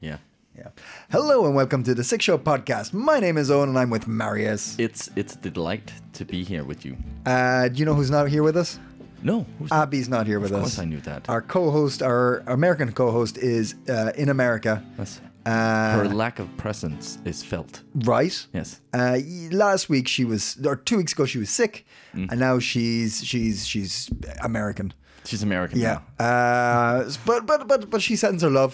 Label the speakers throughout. Speaker 1: Yeah.
Speaker 2: Yeah. Hello and welcome to the Six Show podcast. My name is Owen and I'm with Marius.
Speaker 1: It's it's a delight to be here with you.
Speaker 2: Uh, do you know who's not here with us?
Speaker 1: No, who's
Speaker 2: Abby's not here with
Speaker 1: Of
Speaker 2: us.
Speaker 1: course I knew that.
Speaker 2: Our co-host, our American co-host, is uh, in America.
Speaker 1: Yes.
Speaker 2: Uh,
Speaker 1: her lack of presence is felt.
Speaker 2: right.
Speaker 1: Yes.
Speaker 2: Uh, y- last week she was, or two weeks ago she was sick,
Speaker 1: Mm.
Speaker 2: and now she's she's she's American.
Speaker 1: She's American.
Speaker 2: Yeah.
Speaker 1: now.
Speaker 2: Uh, s- but but but but she sends her love.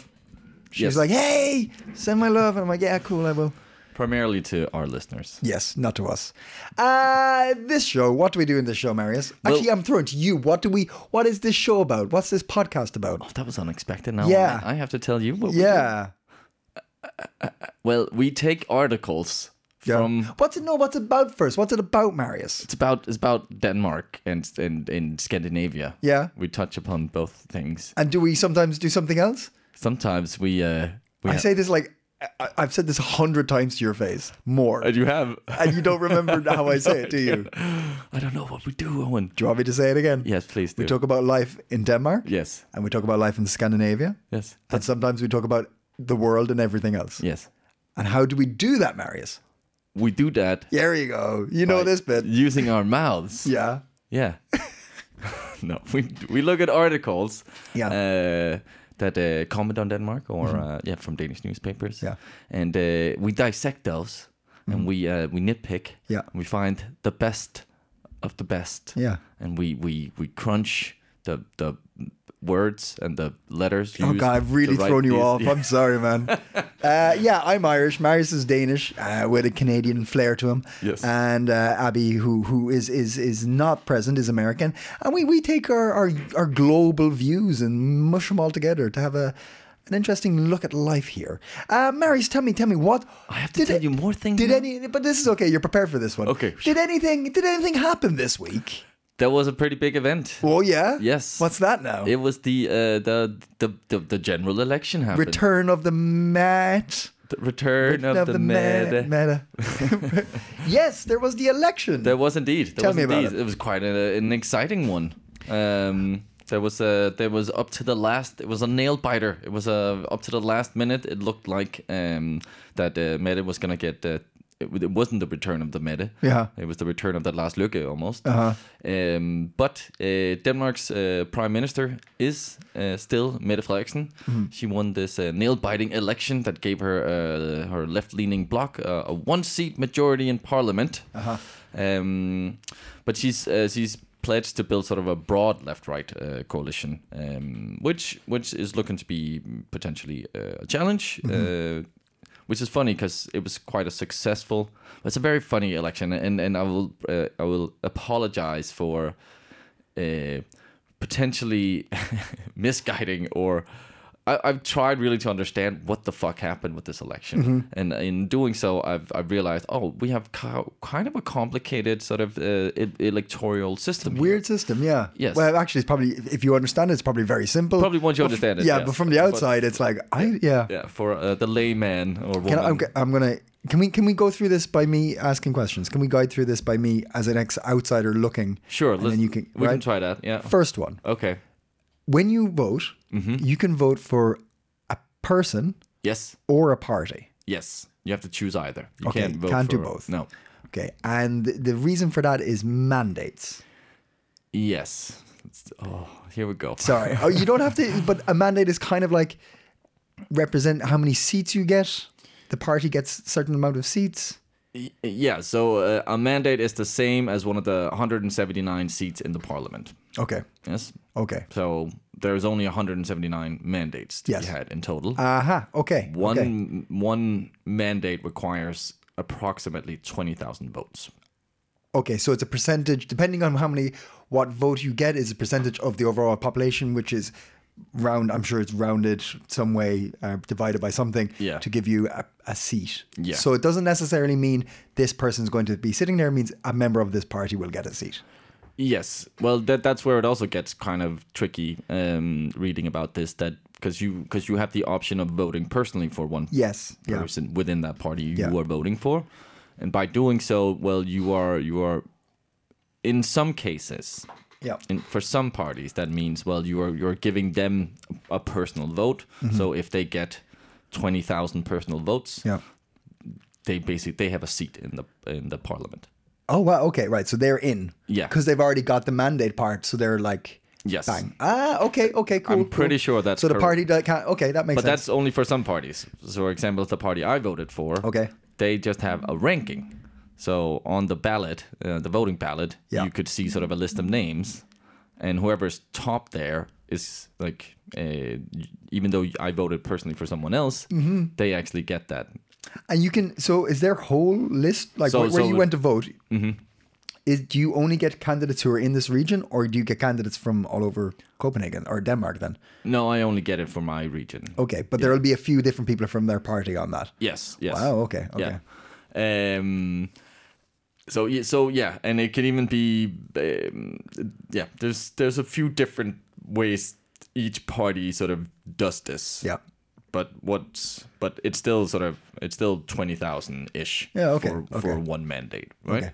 Speaker 2: She's
Speaker 1: Yes.
Speaker 2: like, hey, send my love, and I'm like, yeah, cool, I will.
Speaker 1: Primarily to our listeners.
Speaker 2: Yes, not to us. Uh, this show. What do we do in this show, Marius?
Speaker 1: Well-
Speaker 2: Actually, I'm throwing to you. What do we? What is this show about? What's this podcast about?
Speaker 1: That was unexpected. Now
Speaker 2: Yeah.
Speaker 1: I, I have to tell you. What we do.
Speaker 2: yeah.
Speaker 1: Well, we take articles
Speaker 2: Yeah.
Speaker 1: from
Speaker 2: what's it? No, what's it about first? What's it about, Marius?
Speaker 1: it's about it's about Denmark and and and Scandinavia.
Speaker 2: Yeah.
Speaker 1: We touch upon both things.
Speaker 2: And do we sometimes do something else?
Speaker 1: Sometimes we uh we
Speaker 2: I say this like I, I've said this a hundred times to your face, more,
Speaker 1: and you have
Speaker 2: and you don't remember how I say it, do you? Do
Speaker 1: I don't know what we do, Owen.
Speaker 2: you want me to say it again?
Speaker 1: Yes, please do.
Speaker 2: We talk about life in Denmark,
Speaker 1: yes.
Speaker 2: and we talk about life in Scandinavia,
Speaker 1: Yes.
Speaker 2: and sometimes we talk about the world and everything else.
Speaker 1: Yes.
Speaker 2: And how do we do that, Marius?
Speaker 1: We do that
Speaker 2: There you go. You know this bit.
Speaker 1: using our mouths.
Speaker 2: Yeah.
Speaker 1: Yeah. no, we we look at articles.
Speaker 2: Yeah. Mm-hmm.
Speaker 1: Uh, that uh, comment on Denmark or uh, yeah from Danish newspapers.
Speaker 2: Yeah. Mm-hmm.
Speaker 1: And uh, we dissect those and we uh, we nitpick.
Speaker 2: Yeah.
Speaker 1: We find the best of the best.
Speaker 2: Yeah.
Speaker 1: And we we we crunch the the words and the letters.
Speaker 2: Oh god, I've really thrown you off. I'm sorry, man. uh, yeah, I'm Irish. Marius is Danish uh, with a Canadian flair to him.
Speaker 1: Yes.
Speaker 2: And uh, Abby, who who is is is not present, is American, and we we take our our, our global views and mush them all together to have a. An interesting look at life here. Uh, Marius, tell me, tell me what.
Speaker 1: I have to tell you more things
Speaker 2: Did
Speaker 1: now?
Speaker 2: any? But this is okay. You're prepared for this one.
Speaker 1: Okay.
Speaker 2: Did anything? Did anything happen this week?
Speaker 1: That was a pretty big event.
Speaker 2: Oh yeah.
Speaker 1: Yes.
Speaker 2: What's that now?
Speaker 1: It was the uh, the, the the the general election happened.
Speaker 2: Return of the Met.
Speaker 1: the return of, the, med.
Speaker 2: Meta. yes, there was the election.
Speaker 1: There was indeed. There
Speaker 2: Tell
Speaker 1: was
Speaker 2: me about
Speaker 1: indeed.
Speaker 2: it.
Speaker 1: was quite an, an exciting one. Um, there was a there was up to the last. It was a nail biter. It was a up to the last minute. It looked like um, that uh, Mette was gonna get. Uh, it, w- it wasn't the return of the Mette.
Speaker 2: Yeah.
Speaker 1: It was the return of that last Lykke almost.
Speaker 2: Uh-huh.
Speaker 1: Um, but uh, Denmark's uh, prime minister is uh, still Mette Frederiksen. She won this uh, nail-biting election that gave her uh, her left-leaning bloc uh, a one-seat majority in parliament. Uh-huh. Um, but she's uh, she's pledged to build sort of a broad left-right uh, coalition, um, which which is looking to be potentially uh, a challenge. Uh, which is funny because it was quite a successful. It's a very funny election, and and I will uh, I will apologize for uh, potentially misguiding or. I, I've tried really to understand what the fuck happened with this election,
Speaker 2: Mm-hmm.
Speaker 1: and in doing so, I've I've realized oh we have ki- kind of a complicated sort of uh, e- electoral system. here.
Speaker 2: Weird system, yeah.
Speaker 1: Yes.
Speaker 2: Well, actually, it's probably if you understand it, it's probably very simple.
Speaker 1: Probably once you
Speaker 2: But f-
Speaker 1: understand it,
Speaker 2: Yeah,
Speaker 1: yes.
Speaker 2: but from the
Speaker 1: But-
Speaker 2: outside, it's like I yeah.
Speaker 1: Yeah, for uh, the layman or woman.
Speaker 2: Can I, I'm, g- I'm gonna can we can we go through this by me asking questions? Can we guide through this by me as an ex outsider looking?
Speaker 1: sure,
Speaker 2: and
Speaker 1: let's,
Speaker 2: then you can
Speaker 1: we
Speaker 2: right?
Speaker 1: can try that. Yeah.
Speaker 2: First one,
Speaker 1: okay.
Speaker 2: when you vote,
Speaker 1: Mm-hmm.
Speaker 2: you can vote for a person
Speaker 1: Yes.
Speaker 2: or a party.
Speaker 1: Yes, you have to choose either. You
Speaker 2: Okay,
Speaker 1: can't vote
Speaker 2: can't do
Speaker 1: for-
Speaker 2: both.
Speaker 1: No.
Speaker 2: Okay, and th- the reason for that is mandates.
Speaker 1: Yes. It's- oh, here we go.
Speaker 2: Sorry. Oh, you don't have to, but a mandate is kind of like represent how many seats you get. The party gets certain amount of seats.
Speaker 1: Y- yeah. So uh, a mandate is the same as one of the 179 seats in the parliament.
Speaker 2: Okay.
Speaker 1: Yes.
Speaker 2: Okay.
Speaker 1: So there's only 179 mandates to
Speaker 2: Yes.
Speaker 1: be had in total.
Speaker 2: Aha. Okay.
Speaker 1: one
Speaker 2: Okay.
Speaker 1: one mandate requires approximately 20,000 votes.
Speaker 2: Okay. So it's a percentage, depending on how many, what vote you get, is a percentage of the overall population, which is round. I'm sure it's rounded some way, uh, divided by something,
Speaker 1: Yeah.
Speaker 2: to give you a, a seat.
Speaker 1: Yeah.
Speaker 2: So it doesn't necessarily mean this person's going to be sitting there. It means a member of this party will get a seat.
Speaker 1: Yes. Well, that that's where it also gets kind of tricky um, reading about this. That because you because you have the option of voting personally for one
Speaker 2: Yes. Yeah.
Speaker 1: person within that party you
Speaker 2: Yeah.
Speaker 1: are voting for, and by doing so, well, you are you are, in some cases,
Speaker 2: Yeah.
Speaker 1: in, for some parties that means well you are you're giving them a personal vote. So if they get twenty thousand personal votes.
Speaker 2: Mm-hmm. Yeah.
Speaker 1: They basically they have a seat in the in the parliament.
Speaker 2: Oh wow. Okay. Right. So they're in.
Speaker 1: Yeah.
Speaker 2: Because they've already got the mandate part, so they're like.
Speaker 1: Yes.
Speaker 2: Bang. Ah. Okay. Okay. Cool.
Speaker 1: I'm pretty
Speaker 2: cool.
Speaker 1: sure that's
Speaker 2: So the
Speaker 1: correct.
Speaker 2: party that can't. Okay, that makes
Speaker 1: But
Speaker 2: sense.
Speaker 1: that's only for some parties. So, for example, the party I voted for,
Speaker 2: Okay.
Speaker 1: they just have a ranking. So on the ballot, uh, the voting ballot,
Speaker 2: Yeah.
Speaker 1: you could see sort of a list of names, and whoever's top there is like, uh, even though I voted personally for someone else,
Speaker 2: Mm-hmm.
Speaker 1: they actually get that.
Speaker 2: and you can. So is their whole list like
Speaker 1: So-
Speaker 2: where, where
Speaker 1: so- Mm-hmm.
Speaker 2: you went to vote? Is do you only get candidates who are in this region, or do you get candidates from all over Copenhagen or Denmark? Then
Speaker 1: No, I only get it for my region.
Speaker 2: okay, but there will be a few different people from their party on that.
Speaker 1: Yes. Yes.
Speaker 2: Wow. Okay. Okay.
Speaker 1: Yeah. Um, so yeah, so yeah, and it can even be um, yeah. There's there's a few different ways each party sort of does this.
Speaker 2: Yeah.
Speaker 1: But what's but it's still sort of it's still twenty thousand ish.
Speaker 2: Yeah, okay,
Speaker 1: For,
Speaker 2: okay.
Speaker 1: for one mandate, right?
Speaker 2: Okay.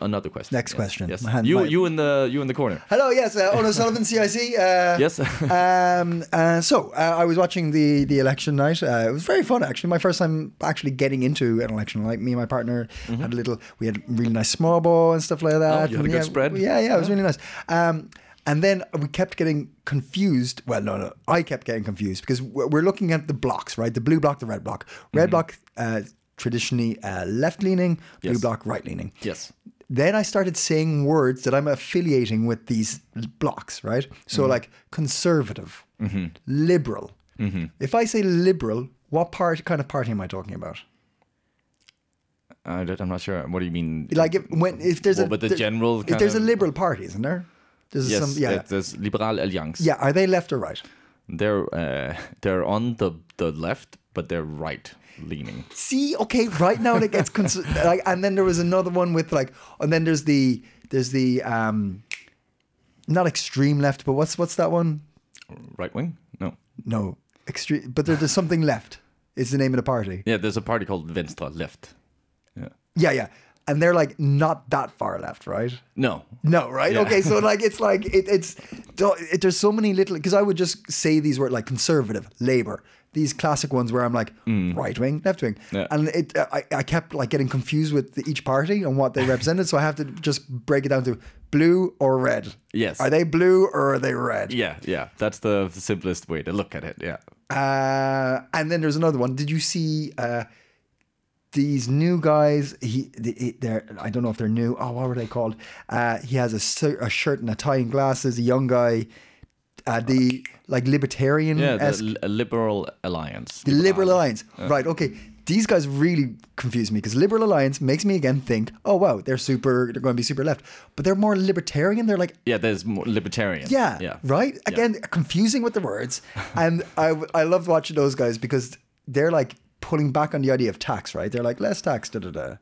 Speaker 1: Another question.
Speaker 2: Next
Speaker 1: yes,
Speaker 2: question.
Speaker 1: Yes.
Speaker 2: My hand-
Speaker 1: you
Speaker 2: my-
Speaker 1: you in the you in the corner.
Speaker 2: Hello. Yes. Uh, Ono Sullivan, CIC. Uh,
Speaker 1: Yes.
Speaker 2: um, uh, so uh, I was watching the the election night. Uh, it was very fun actually. My first time actually getting into an election. Like me and my partner had a little. We had really nice small ball and stuff like that.
Speaker 1: Mm-hmm. Oh, you had a
Speaker 2: And
Speaker 1: good
Speaker 2: yeah,
Speaker 1: spread.
Speaker 2: Yeah, yeah, it was really nice. Um, and then we kept getting confused. Well, no, no, I kept getting confused because we're we're looking at the blocks, right? The blue block, the red block. Red
Speaker 1: Mm-hmm.
Speaker 2: block, uh, traditionally uh, left leaning. Blue
Speaker 1: Yes.
Speaker 2: block, right leaning
Speaker 1: yes.
Speaker 2: then I started saying words that I'm affiliating with these blocks, right?
Speaker 1: Mm-hmm.
Speaker 2: So, like conservative, liberal.
Speaker 1: Mm-hmm.
Speaker 2: If I say liberal, what part, kind of party am I talking about?
Speaker 1: I don't, I'm not sure. What do you mean?
Speaker 2: Like, if, when if there's
Speaker 1: Well,
Speaker 2: a
Speaker 1: but the
Speaker 2: there-
Speaker 1: general
Speaker 2: if
Speaker 1: kind
Speaker 2: there's
Speaker 1: of-
Speaker 2: a liberal party, isn't there? There's
Speaker 1: yes.
Speaker 2: some, yeah,
Speaker 1: that- There's Liberal Alliance.
Speaker 2: yeah. Are they left or right?
Speaker 1: They're uh, they're on the the left, but they're right leaning.
Speaker 2: See, okay, right now it gets cons- like, and then there was another one with like, and then there's the there's the um, not extreme left, but what's what's that one?
Speaker 1: Right wing? No.
Speaker 2: No, extreme, but there, there's something left. Is the name of the party?
Speaker 1: Yeah, there's a party called Venstre left. Yeah.
Speaker 2: Yeah, yeah. And they're like not that far left, right?
Speaker 1: No.
Speaker 2: No, right?
Speaker 1: Yeah.
Speaker 2: Okay, so like it's like it, it's don't- it, there's so many little because I would just say these words like conservative, labor, these classic ones where I'm like right wing, left wing,
Speaker 1: Mm. Yeah.
Speaker 2: and it I, I kept like getting confused with the, each party and what they represented, so I have to just break it down to blue or red.
Speaker 1: Yes.
Speaker 2: are they blue or are they red?
Speaker 1: Yeah, yeah. That's the simplest way to look at it. Yeah.
Speaker 2: Uh, and then there's another one. Did you see uh, these new guys? He, they, they're, I don't know if they're new. Oh, what were they called? Uh, he has a, shir- a shirt and a tie and glasses. A young guy, uh, the like libertarian,
Speaker 1: Yeah, the
Speaker 2: esque-
Speaker 1: Li- Liberal Alliance.
Speaker 2: the liberal alliance. Right? Okay. These guys really confuse me because liberal alliance makes me again think, oh wow, they're super, they're going to be super left, but they're more libertarian. They're like
Speaker 1: Yeah, there's more libertarian.
Speaker 2: yeah.
Speaker 1: Yeah.
Speaker 2: Right? Again, confusing with the words. And I, I love watching those guys because they're like pulling back on the idea of tax, right? They're like, less tax, da da da.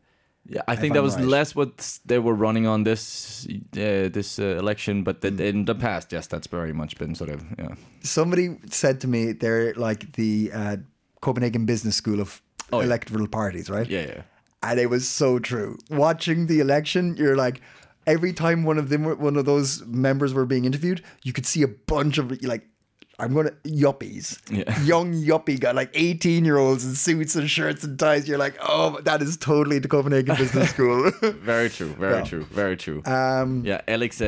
Speaker 1: Yeah, I think that
Speaker 2: I'm
Speaker 1: was
Speaker 2: right.
Speaker 1: less what they were running on this uh, this uh, election, but
Speaker 2: Mm.
Speaker 1: th- in the past, yes, that's very much been sort of yeah.
Speaker 2: Somebody said to me they're like the uh, Copenhagen Business School of
Speaker 1: Oh, yeah.
Speaker 2: electoral parties, right?
Speaker 1: Yeah, yeah.
Speaker 2: And it was so true. Watching the election, you're like, every time one of them, were- one of those members were being interviewed, you could see a bunch of like, I'm gonna yuppies,
Speaker 1: Yeah.
Speaker 2: young yuppie guy, like 18 year olds in suits and shirts and ties. You're like, oh, that is totally the Copenhagen Business School.
Speaker 1: Very true. Very
Speaker 2: Yeah.
Speaker 1: true. Very true.
Speaker 2: um,
Speaker 1: Yeah, Alex uh,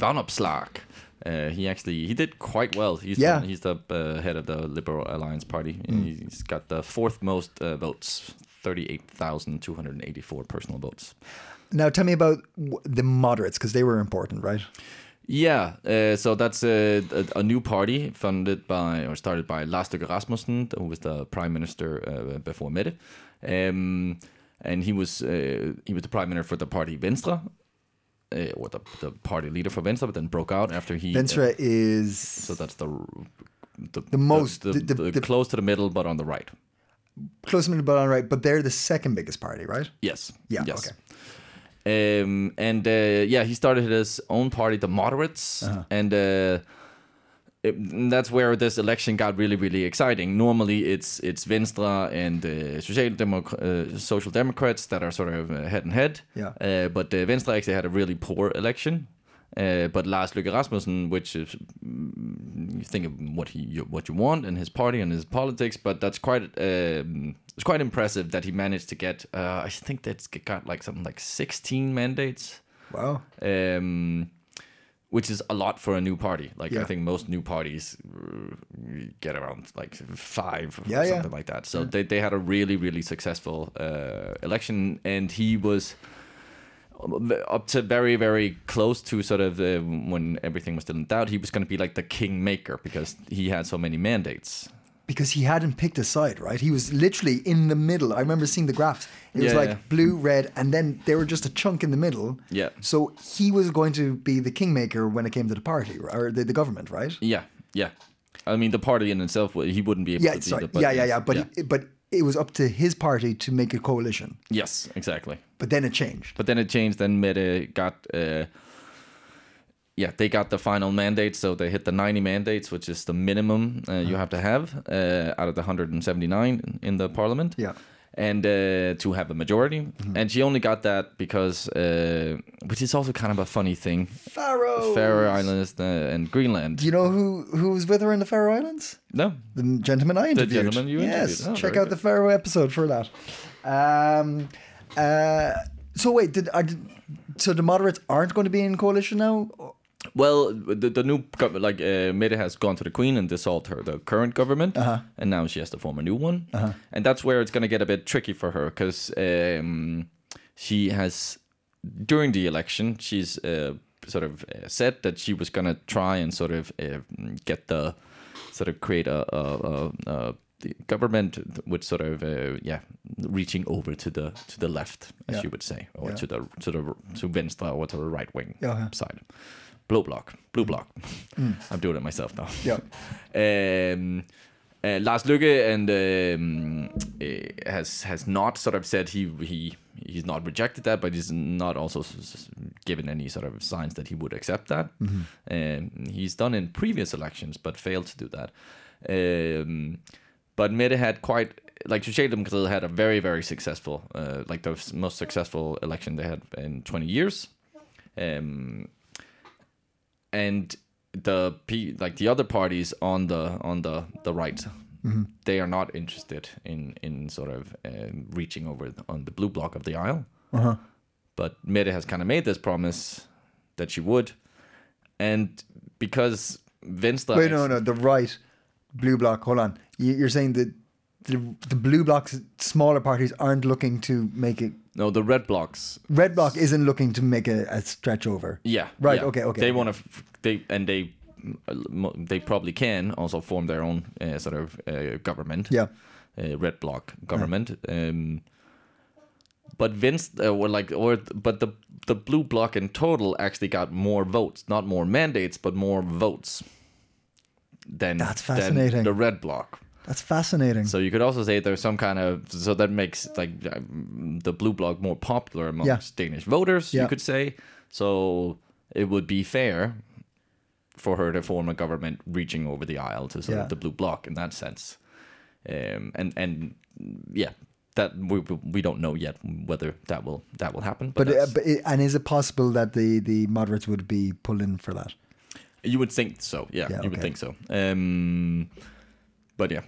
Speaker 1: Van Opslark. Uh, he actually he did quite well. He's
Speaker 2: Yeah. Mm.
Speaker 1: the, he's the uh, head of the Liberal Alliance Party. He's got the fourth most uh, votes, thirty-eight thousand two hundred eighty-four personal votes.
Speaker 2: now tell me about w- the moderates because they were important, right?
Speaker 1: Yeah, uh, so that's a, a, a new party funded by or started by Lars Løkke Rasmussen, who was the prime minister uh, before Mette, um, and he was uh, he was the prime minister for the party Venstre, uh, or the, the party leader for Venstre, but then broke out after he uh,
Speaker 2: Venstre is
Speaker 1: So that's the the,
Speaker 2: most-
Speaker 1: the,
Speaker 2: the- the-
Speaker 1: the
Speaker 2: the-
Speaker 1: close to the middle, but on the right.
Speaker 2: close to the bottom right, but they're the second biggest party, right?
Speaker 1: Yes.
Speaker 2: Yeah,
Speaker 1: Yes. Um, and uh, yeah, he started his own party, the Moderates, and uh, it, and that's where this election got really, really exciting. Normally, it's it's Venstre and uh, Social, uh, Social Democrats that are sort of uh, head and head.
Speaker 2: Yeah.
Speaker 1: er Uh, but uh, Venstre actually had a really poor election, Uh, but Lars Løkke Rasmussen, which is mm, you think of what he you, what you want and his party and his politics, but that's quite um, it's quite impressive that he managed to get. Uh, I think that's got like something like sixteen mandates
Speaker 2: Wow.
Speaker 1: um, which is a lot for a new party. Like I
Speaker 2: Yeah.
Speaker 1: think most new parties uh, get around like five or
Speaker 2: Yeah, yeah.
Speaker 1: something like that. So they, they had a really really successful uh, election, and he was uh, up to very very close to sort of uh, when everything was still in doubt. He was going to be like the kingmaker because he had so many mandates.
Speaker 2: Because he hadn't picked a side, right? He was literally in the middle. I remember seeing the graphs. It was
Speaker 1: Yeah,
Speaker 2: like
Speaker 1: yeah.
Speaker 2: blue, red, and then they were just a chunk in the middle.
Speaker 1: Yeah.
Speaker 2: So he was going to be the kingmaker when it came to the party or the, the government, right?
Speaker 1: Yeah, yeah. I mean, the party in itself, he wouldn't be able
Speaker 2: Yeah,
Speaker 1: to be
Speaker 2: sorry.
Speaker 1: the- but
Speaker 2: yeah, yeah,
Speaker 1: yes,
Speaker 2: yeah. But He, but it was up to his party to make a coalition.
Speaker 1: yes, exactly.
Speaker 2: But then it changed.
Speaker 1: But then it changed. Then Mette got, uh, yeah, they got the final mandate. So they hit the 90 mandates, which is the minimum uh, you have to have uh, out of the 179 in, in the parliament.
Speaker 2: Yeah. Mm-hmm.
Speaker 1: And uh, to have a majority. And she only got that because, uh, which is also kind of a funny thing.
Speaker 2: Faroe.
Speaker 1: Faroe Islands uh, and Greenland.
Speaker 2: Do Oh. you know who who was with her in the Faroe Islands?
Speaker 1: No.
Speaker 2: The gentleman I interviewed.
Speaker 1: gentleman you
Speaker 2: yes,
Speaker 1: interviewed. Oh,
Speaker 2: check
Speaker 1: very
Speaker 2: out the Faroe episode for that. Um, uh, so wait, did, are, did so the moderates aren't going to be in coalition now?
Speaker 1: Well, the, the new gov- like uh, Mette has gone to the Queen and dissolved her the current government,
Speaker 2: Uh-huh.
Speaker 1: and now she has to form a new one, and that's where it's going to get a bit tricky for her because um, she has during the election she's uh, sort of uh, said that she was going to try and sort of uh, get the sort of create a, a, a, a the government which sort of uh, yeah reaching over to the to the left as
Speaker 2: Yeah.
Speaker 1: you would say or
Speaker 2: Yeah.
Speaker 1: to the to the to Venstre or to the right wing
Speaker 2: Yeah, yeah.
Speaker 1: side. Blue block, blue block. I'm doing it myself now.
Speaker 2: Yeah.
Speaker 1: um, uh, Lars Lykke and um, eh, has has not sort of said he he he's not rejected that, but he's not also s- s- given any sort of signs that he would accept that. Um, he's done in previous elections, but failed to do that. Um, but Mette had quite like Socialdemokratiet had a very very successful uh, like the s- most successful election they had in 20 years. Um, and the p like the other parties on the on the the right
Speaker 2: Mm-hmm.
Speaker 1: they are not interested in in sort of um, reaching over th- on the blue block of the aisle
Speaker 2: Uh-huh.
Speaker 1: but Mette has kind of made this promise that she would and because Venstre
Speaker 2: Wait, no, no, the right blue block. Hold on, you, you're saying that the the blue bloc's smaller parties aren't looking to make it.
Speaker 1: no the red blocks
Speaker 2: Red block isn't looking to make a, a stretch over.
Speaker 1: Yeah.
Speaker 2: Right,
Speaker 1: yeah.
Speaker 2: okay, okay,
Speaker 1: They
Speaker 2: okay.
Speaker 1: want to. They and they. mo- They probably can also form their own uh, sort of uh, government.
Speaker 2: Yeah.
Speaker 1: Uh, red bloc government. Um, but Vince, uh, were like, or but the the blue bloc in total actually got more votes, not more mandates, but more votes. Than
Speaker 2: That's
Speaker 1: than
Speaker 2: fascinating.
Speaker 1: the red bloc.
Speaker 2: That's fascinating.
Speaker 1: So you could also say there's some kind of so that makes like um, the blue bloc more popular amongst Danish voters. You
Speaker 2: Yeah.
Speaker 1: could say so. It would be fair for her to form a government reaching over the aisle to sort
Speaker 2: Yeah.
Speaker 1: of the blue bloc in that sense. Um, and and yeah, that we we don't know yet whether that will that will happen. But,
Speaker 2: but uh,
Speaker 1: that's-
Speaker 2: but it, and is it possible that the the moderates would be pulled in for that?
Speaker 1: you would think so. Yeah,
Speaker 2: Yeah,
Speaker 1: you would
Speaker 2: okay.
Speaker 1: think so. Um, but yeah,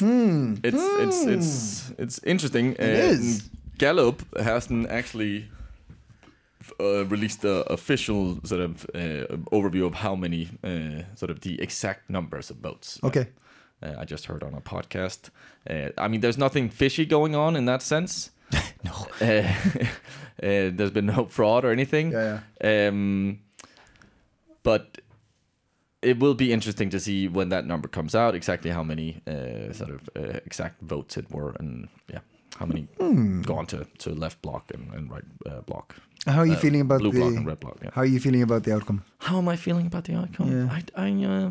Speaker 2: Hmm.
Speaker 1: it's it's it's it's interesting. It
Speaker 2: is.
Speaker 1: Gallup hasn't actually uh, released the official sort of uh, overview of how many uh, sort of the exact numbers of votes.
Speaker 2: Okay.
Speaker 1: Uh, I just heard on a podcast. Uh, I mean, there's nothing fishy going on in that sense. no. Uh, uh, there's been no fraud or anything.
Speaker 2: Yeah,
Speaker 1: Um, but it will be interesting to see when that number comes out exactly how many uh, sort of uh, exact votes it were and yeah how many
Speaker 2: Hmm.
Speaker 1: gone to, to left block and, and right uh, block
Speaker 2: How are you
Speaker 1: Uh,
Speaker 2: feeling about
Speaker 1: blue
Speaker 2: the
Speaker 1: block and red block yeah.
Speaker 2: How are you feeling about the outcome?
Speaker 1: how am I feeling about the outcome?
Speaker 2: Yeah.
Speaker 1: I, I, uh,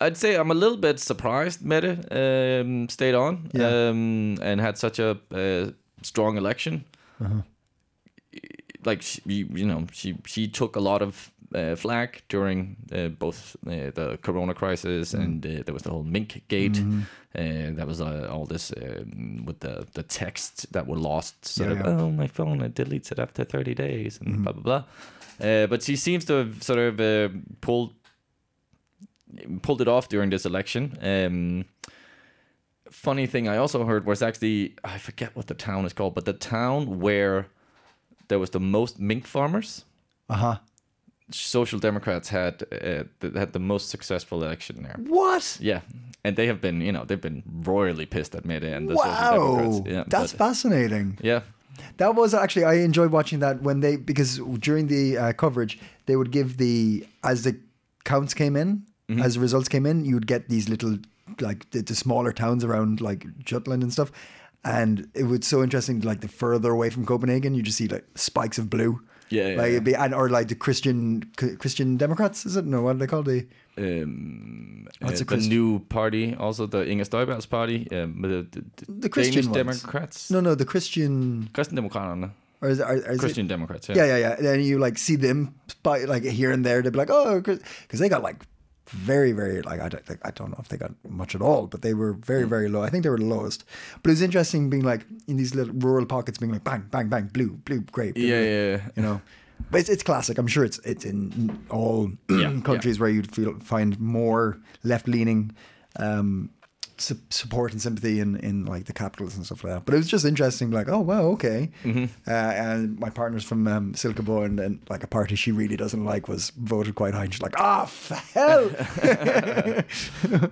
Speaker 1: I'd say I'm a little bit surprised Mette um, stayed on
Speaker 2: Yeah.
Speaker 1: um, and had such a uh, strong election. Like she, you know, she she took a lot of uh, flag during uh, both uh, the corona crisis and uh, there was the whole mink gate
Speaker 2: Mm-hmm.
Speaker 1: and that was uh, all this um with the, the texts that were lost sort
Speaker 2: Yeah,
Speaker 1: of
Speaker 2: yeah. Mm-hmm.
Speaker 1: oh my phone it deletes it after 30 days and blah blah blah uh, but she seems to have sort of uh, pulled pulled it off during this election um, funny thing I also heard was actually I forget what the town is called, but the town where there was the most mink farmers,
Speaker 2: Uh huh.
Speaker 1: Social Democrats had uh, th- had the most successful election there.
Speaker 2: What?
Speaker 1: Yeah, and they have been you know they've been royally pissed at Mette and the Social
Speaker 2: Wow,
Speaker 1: Democrats. Yeah,
Speaker 2: that's
Speaker 1: but-
Speaker 2: fascinating.
Speaker 1: yeah,
Speaker 2: That was actually I enjoyed watching that when they because during the uh, coverage they would give the as the counts came in
Speaker 1: Mm-hmm.
Speaker 2: as the results came in you would get these little like the, the smaller towns around like Jutland and stuff and it was so interesting like the further away from Copenhagen you just see like spikes of blue
Speaker 1: Yeah, yeah,
Speaker 2: like
Speaker 1: yeah.
Speaker 2: it'd be and or like the Christian Christian Democrats is it no what do they call the
Speaker 1: um,
Speaker 2: What's
Speaker 1: uh,
Speaker 2: it,
Speaker 1: the
Speaker 2: Chris-
Speaker 1: new party, also the Inger Støjberg's party, um, the, the,
Speaker 2: The Christian
Speaker 1: Danish
Speaker 2: ones.
Speaker 1: Democrats,
Speaker 2: no no the Christian
Speaker 1: Kristendemokraterne,
Speaker 2: or is, are, is it,
Speaker 1: Christian Democrats.
Speaker 2: Yeah, yeah, yeah. And then you like see them by like here and there. They'd be like, oh, because they got like very, very like I don't think I don't know if they got much at all, but they were very,
Speaker 1: Hmm.
Speaker 2: very low. I think they were the lowest. But it was interesting being like in these little rural pockets, being like bang, bang, bang, blue, blue, grey. Blue,
Speaker 1: yeah,
Speaker 2: grey,
Speaker 1: yeah, yeah.
Speaker 2: You know, but it's, it's classic. I'm sure it's it's in all
Speaker 1: Yeah,
Speaker 2: countries where you'd feel find more left leaning. Um, su- support and sympathy in, in like the capitals and stuff like that. But it was just interesting, like, oh wow, okay.
Speaker 1: Mm-hmm.
Speaker 2: Uh, and my partner's from um, Silkeborn, and like a party she really doesn't like was voted quite high, and she's like, ah, f- hell.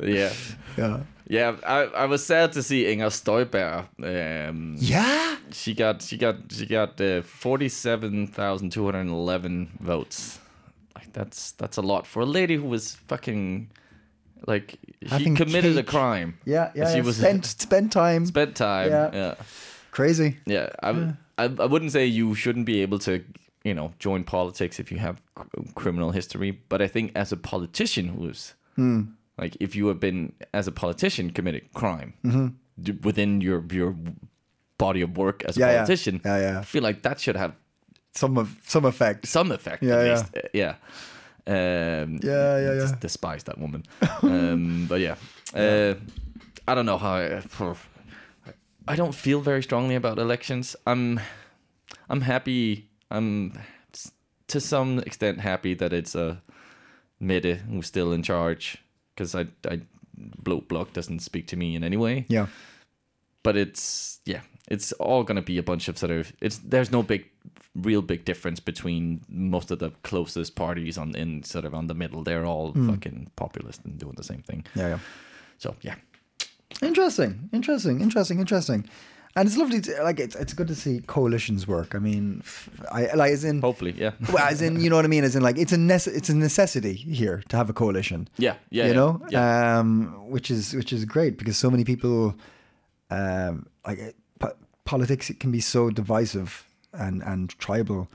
Speaker 1: yeah.
Speaker 2: yeah.
Speaker 1: Yeah, I, I was sad to see Inger Støjberg. Um,
Speaker 2: Yeah.
Speaker 1: She got she got she got uh, forty seven thousand two hundred eleven votes. Like that's that's a lot for a lady who was fucking like
Speaker 2: Having
Speaker 1: she committed
Speaker 2: cake.
Speaker 1: a crime.
Speaker 2: Yeah, yeah,
Speaker 1: She
Speaker 2: yeah.
Speaker 1: was-
Speaker 2: spent spent time.
Speaker 1: Bedtime.
Speaker 2: Yeah.
Speaker 1: Yeah, yeah.
Speaker 2: Crazy.
Speaker 1: I, I I wouldn't say you shouldn't be able to you know join politics if you have cr- criminal history, but I think as a politician who's
Speaker 2: Hmm.
Speaker 1: like if you have been as a politician committed crime
Speaker 2: Mm-hmm.
Speaker 1: d- within your your body of work as a
Speaker 2: Yeah, yeah.
Speaker 1: politician
Speaker 2: Yeah, yeah.
Speaker 1: i feel like that should have
Speaker 2: Some of some effect.
Speaker 1: some effect
Speaker 2: Yeah,
Speaker 1: at
Speaker 2: yeah.
Speaker 1: least Uh, yeah um
Speaker 2: Yeah, yeah,
Speaker 1: I
Speaker 2: yeah.
Speaker 1: just despise that woman um but yeah uh i don't know how I, I don't feel very strongly about elections i'm i'm happy i'm s- to some extent happy that it's a Mette who's still in charge because I, I bloke block doesn't speak to me in any way
Speaker 2: Yeah.
Speaker 1: but it's yeah it's all going to be a bunch of sort of it's there's no big real big difference between most of the closest parties on in sort of on the middle they're all
Speaker 2: Hmm.
Speaker 1: fucking populist and doing the same thing
Speaker 2: Yeah. Yeah.
Speaker 1: so yeah
Speaker 2: Interesting, interesting, interesting, interesting. And it's lovely. To, like it's it's good to see coalitions work. I mean, f- I like as in.
Speaker 1: hopefully yeah
Speaker 2: well, as in, you know what I mean? As in, like, it's a nece- it's a necessity here to have a coalition.
Speaker 1: yeah yeah
Speaker 2: you
Speaker 1: yeah,
Speaker 2: know,
Speaker 1: yeah.
Speaker 2: Um, which is which is great because so many people, um, like, it- po- politics it can be so divisive and and tribal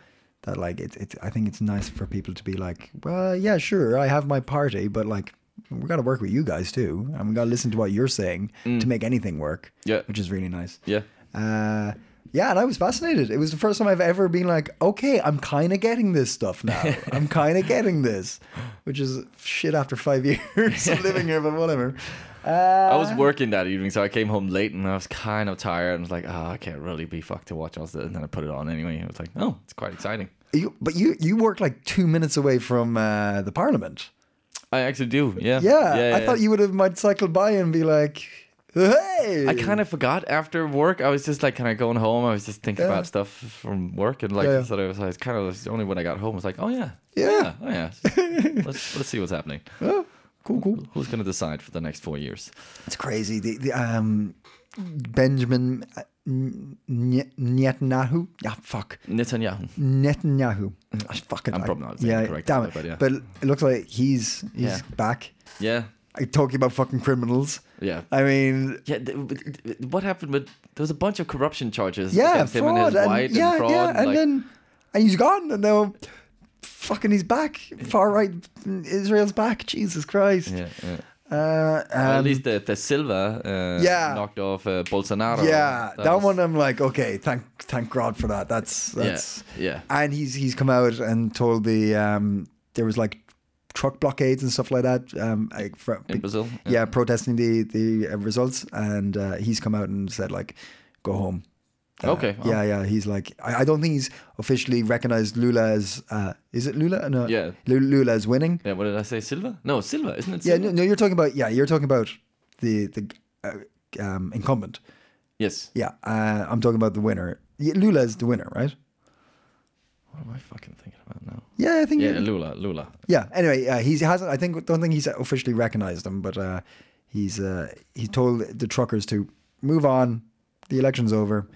Speaker 2: that like it, it. I think it's nice for people to be like, well, yeah, sure, I have my party, but like. We got to work with you guys too, and we got to listen to what you're saying to make anything work.
Speaker 1: Mm. Yeah.
Speaker 2: which is really nice.
Speaker 1: yeah
Speaker 2: Uh, yeah, and I was fascinated. It was the first time I've ever been like, okay, I'm kind of getting this stuff now. I'm kind of getting this, which is shit after five years of living here, but whatever. Uh,
Speaker 1: I was working that evening, so I came home late and I was kind of tired. I was like, oh, I can't really be fucked to watch all this. And then I put it on anyway. I was like, oh, it's quite exciting.
Speaker 2: you, but you you work like two minutes away from uh, the parliament.
Speaker 1: I actually do. Yeah.
Speaker 2: Yeah, I thought you would have might cycle by and be like, hey.
Speaker 1: I kind of forgot after work. I was just like kind of going home. I was just thinking
Speaker 2: Yeah.
Speaker 1: about stuff from work and like
Speaker 2: Yeah, yeah.
Speaker 1: so I was like kind of was only when I got home. I was like, oh yeah,
Speaker 2: Yeah.
Speaker 1: oh yeah. let's let's see what's happening.
Speaker 2: Oh, cool, cool.
Speaker 1: Who's gonna decide for the next four years?
Speaker 2: It's crazy. The, the um, Benjamin uh, N- N- Netanyahu. Yeah, fuck.
Speaker 1: Netanyahu.
Speaker 2: Netanyahu. Mm, I fucking.
Speaker 1: I'm
Speaker 2: I-
Speaker 1: probably not saying it correctly,
Speaker 2: damn it.
Speaker 1: but yeah.
Speaker 2: it looks like he's he's
Speaker 1: Yeah.
Speaker 2: back.
Speaker 1: Yeah,
Speaker 2: i talking about fucking criminals.
Speaker 1: yeah.
Speaker 2: I mean,
Speaker 1: Yeah, th- th- th- what happened with there was a bunch of corruption charges
Speaker 2: yeah,
Speaker 1: against him and
Speaker 2: fraud,
Speaker 1: his
Speaker 2: and,
Speaker 1: wife
Speaker 2: yeah,
Speaker 1: and fraud.
Speaker 2: yeah, and
Speaker 1: like,
Speaker 2: then and he's gone, and now fucking he's back. Far right, Israel's back. Jesus Christ.
Speaker 1: yeah, yeah.
Speaker 2: Uh,
Speaker 1: Well, at
Speaker 2: um,
Speaker 1: least the, the Silva uh,
Speaker 2: Yeah.
Speaker 1: knocked off uh, Bolsonaro.
Speaker 2: yeah, that,
Speaker 1: was-
Speaker 2: one I'm like, okay, thank thank God for that. That's
Speaker 1: Yeah,
Speaker 2: that's
Speaker 1: yeah.
Speaker 2: and he's he's come out and told the um there was like truck blockades and stuff like that. Um, I- for-
Speaker 1: in Brazil.
Speaker 2: yeah. protesting the the uh, results, and uh, he's come out and said like, "Go home." Uh,
Speaker 1: Okay, wow.
Speaker 2: Yeah, yeah. He's like, I, I don't think he's officially recognized Lula as. Uh, is it Lula? No.
Speaker 1: Yeah.
Speaker 2: Lu- Lula is winning.
Speaker 1: Yeah, what did I say? Silva? No, Silva, isn't it?
Speaker 2: Yeah.
Speaker 1: Silva?
Speaker 2: No, no, you're talking about. Yeah, you're talking about the the uh, um, incumbent.
Speaker 1: Yes.
Speaker 2: Yeah, uh, I'm talking about the winner. Yeah, Lula is the winner, right?
Speaker 1: What am I fucking thinking about now?
Speaker 2: Yeah, I think.
Speaker 1: Yeah, Lula, Lula.
Speaker 2: Yeah. Anyway, uh, he hasn't. I think don't think he's officially recognized them, but uh, he's uh, he told the truckers to move on. The election's over.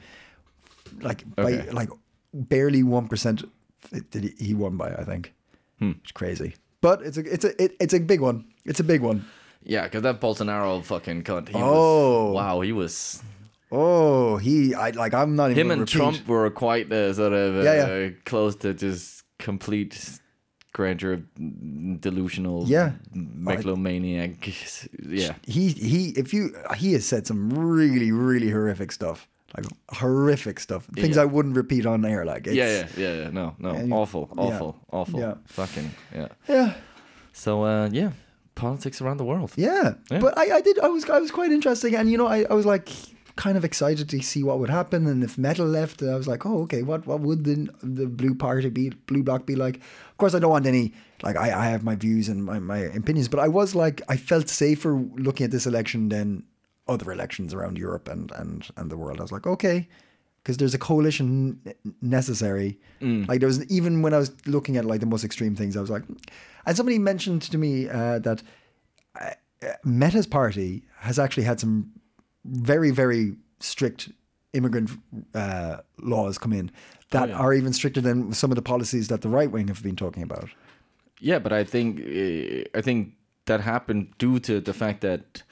Speaker 2: Like
Speaker 1: Okay.
Speaker 2: by like barely one percent did he, he won by. I think
Speaker 1: Hmm.
Speaker 2: it's crazy, but it's a it's a it, it's a big one. It's a big one.
Speaker 1: Yeah, because that Bolsonaro fucking cunt. He
Speaker 2: Oh.
Speaker 1: was, wow, he was.
Speaker 2: Oh, he I like I'm not even
Speaker 1: Him
Speaker 2: gonna
Speaker 1: and
Speaker 2: repeat.
Speaker 1: Trump were quite uh, sort of uh,
Speaker 2: Yeah,
Speaker 1: close to just complete grandeur, delusional,
Speaker 2: Yeah.
Speaker 1: megalomaniac. Yeah,
Speaker 2: He he if you he has said some really really horrific stuff. Like horrific stuff. Things
Speaker 1: Yeah.
Speaker 2: I wouldn't repeat on air like it's,
Speaker 1: yeah, yeah, yeah, yeah. No, no,
Speaker 2: And you-
Speaker 1: awful,
Speaker 2: yeah.
Speaker 1: awful, awful.
Speaker 2: Yeah.
Speaker 1: Fucking yeah.
Speaker 2: Yeah.
Speaker 1: So uh, yeah, politics around the world.
Speaker 2: Yeah.
Speaker 1: Yeah.
Speaker 2: But I, I did I was I was quite interesting and you know I, I was like kind of excited to see what would happen and if metal left and I was like, oh okay, what what would the the blue party be blue block be like? Of course I don't want any like I, I have my views and my, my opinions, but I was like I felt safer looking at this election than other elections around Europe and and, and the world. I was like, okay. Because there's a coalition n- necessary. Like there was even when I was looking at like the most extreme things, I was like, and somebody mentioned to me uh, that Meta's party has actually had some very, very strict immigrant uh, laws come in that
Speaker 1: Oh, yeah.
Speaker 2: are even stricter than some of the policies that the right wing have been talking about.
Speaker 1: Yeah, but I think uh, I think that happened due to the fact that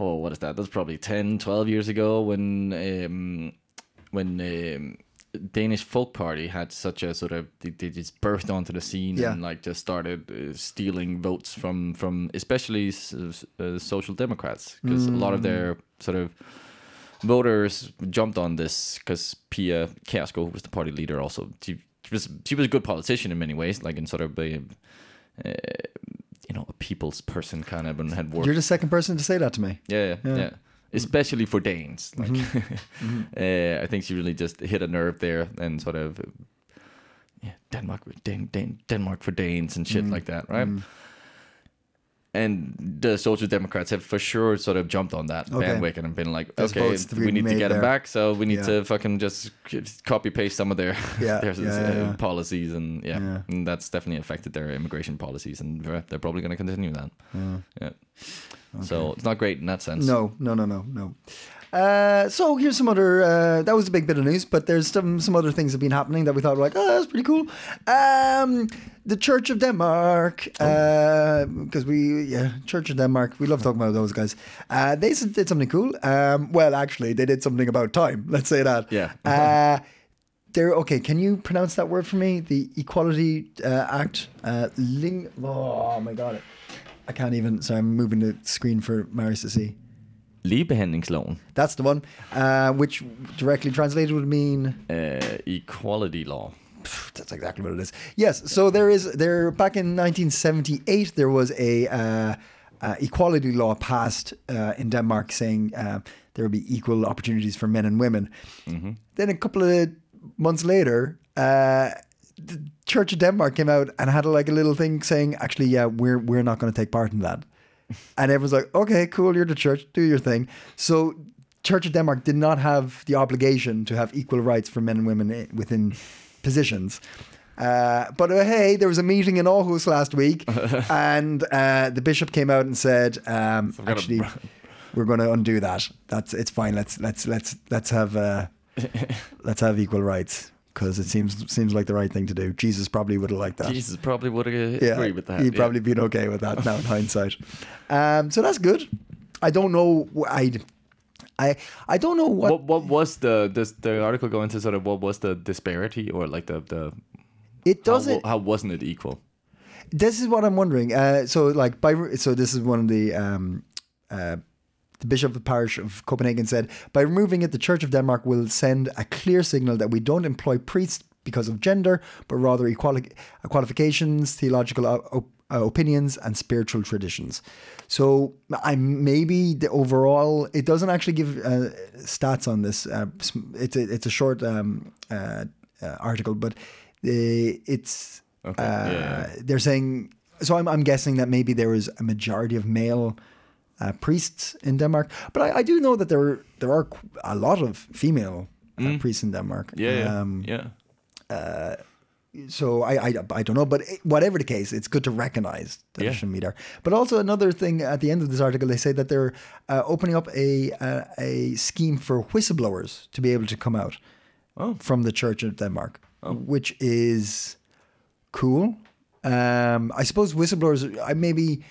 Speaker 1: oh, what is that? That's probably 10, 12 years ago when um, when um, Danish folk party had such a sort of they, they just burst onto the scene
Speaker 2: Yeah.
Speaker 1: and like just started uh, stealing votes from from especially s- s- uh, social democrats because a lot of their sort of voters jumped on this because Pia Kjærsgaard, who was the party leader, also she was she was a good politician in many ways, like in sort of a uh, you know a people's person kind of and had worked.
Speaker 2: You're the second person to say that to me.
Speaker 1: yeah, yeah, yeah. Especially for Danes,
Speaker 2: Mm-hmm.
Speaker 1: like uh, I think she really just hit a nerve there and sort of uh, yeah, Denmark, Dan, Dan, Denmark for Danes and shit
Speaker 2: Mm-hmm.
Speaker 1: like that, right?
Speaker 2: Mm.
Speaker 1: And the Social Democrats have for sure sort of jumped on that
Speaker 2: Okay.
Speaker 1: bandwagon and been like,
Speaker 2: There's
Speaker 1: okay,
Speaker 2: votes to
Speaker 1: we
Speaker 2: be
Speaker 1: need to
Speaker 2: made
Speaker 1: get them
Speaker 2: there."
Speaker 1: back, so we need
Speaker 2: Yeah.
Speaker 1: to fucking just copy paste some of their
Speaker 2: Yeah,
Speaker 1: their
Speaker 2: yeah,
Speaker 1: uh,
Speaker 2: yeah, yeah.
Speaker 1: policies and yeah,
Speaker 2: Yeah.
Speaker 1: And that's definitely affected their immigration policies and they're they're probably going to continue that. Yeah. So it's not great in that sense.
Speaker 2: No, no, no, no, no. Uh, so here's some other. Uh, that was a big bit of news, but there's some some other things that have been happening that we thought were like, oh, that's pretty cool. Um, the Church of Denmark,
Speaker 1: Oh.
Speaker 2: because we yeah, Church of Denmark. We love talking about those guys. Uh, they s- did something cool. Um, well, actually, they did something about time. Let's say that.
Speaker 1: Yeah.
Speaker 2: Uh, they're okay. Can you pronounce that word for me? The Equality uh, Act. Uh, ling. Oh my god. I can't even. Sorry, I'm moving the screen for Marius to see.
Speaker 1: Ligebehandlingsloven,
Speaker 2: That's the one, uh, which directly translated would mean
Speaker 1: uh, equality law.
Speaker 2: pff, that's exactly what it is. Yes, so there is there back in 1978 there was a uh, uh, equality law passed uh, in Denmark saying uh, there would be equal opportunities for men and women. Then a couple of months later. Uh, the Church of Denmark came out and had like a little thing saying, "Actually, yeah, we're we're not going to take part in that." And everyone's like, okay, cool, you're the church, do your thing. So, Church of Denmark did not have the obligation to have equal rights for men and women i- within positions. Uh, but uh, hey, there was a meeting in Aarhus last week, and uh, the bishop came out and said,
Speaker 1: Some
Speaker 2: um,
Speaker 1: kind of
Speaker 2: actually,
Speaker 1: bra-
Speaker 2: we're going to undo that. That's it's fine. Let's let's let's let's have uh, let's have equal rights because it seems seems like the right thing to do. Jesus probably would have liked that
Speaker 1: Jesus probably would uh, agree with that.
Speaker 2: he'd
Speaker 1: yeah.
Speaker 2: probably been okay with that now in hindsight. Um, so that's good. I don't know. wh- I, I, I don't know what.
Speaker 1: What what was the this, the article going to sort of what was the disparity or like the the
Speaker 2: it
Speaker 1: how,
Speaker 2: doesn't.
Speaker 1: wa- how wasn't it equal?
Speaker 2: this is what I'm wondering. Uh, so like by re- so this is one of the um, uh, the bishop of the parish of Copenhagen said by removing it, the Church of Denmark will send a clear signal that we don't employ priests because of gender, but rather equali- qualifications, theological o- op- uh, opinions, and spiritual traditions. So I maybe the overall it doesn't actually give uh, stats on this. Uh, it's a, it's a short um, uh, uh, article, but uh, it's
Speaker 1: Okay,
Speaker 2: uh,
Speaker 1: yeah.
Speaker 2: they're saying. So I'm I'm guessing that maybe there was a majority of male uh, priests in Denmark. But I, I do know that there there are qu- a lot of female uh, priests in Denmark.
Speaker 1: Mm. Yeah, yeah,
Speaker 2: Um,
Speaker 1: yeah.
Speaker 2: So I, I I don't know, but it- whatever the case, it's good to recognize that
Speaker 1: Yeah.
Speaker 2: it shouldn't be there. But also another thing at the end of this article, they say that they're uh, opening up a uh, a scheme for whistleblowers to be able to come out
Speaker 1: Oh.
Speaker 2: from the Church of Denmark, which is cool. Um, I suppose whistleblowers, I maybe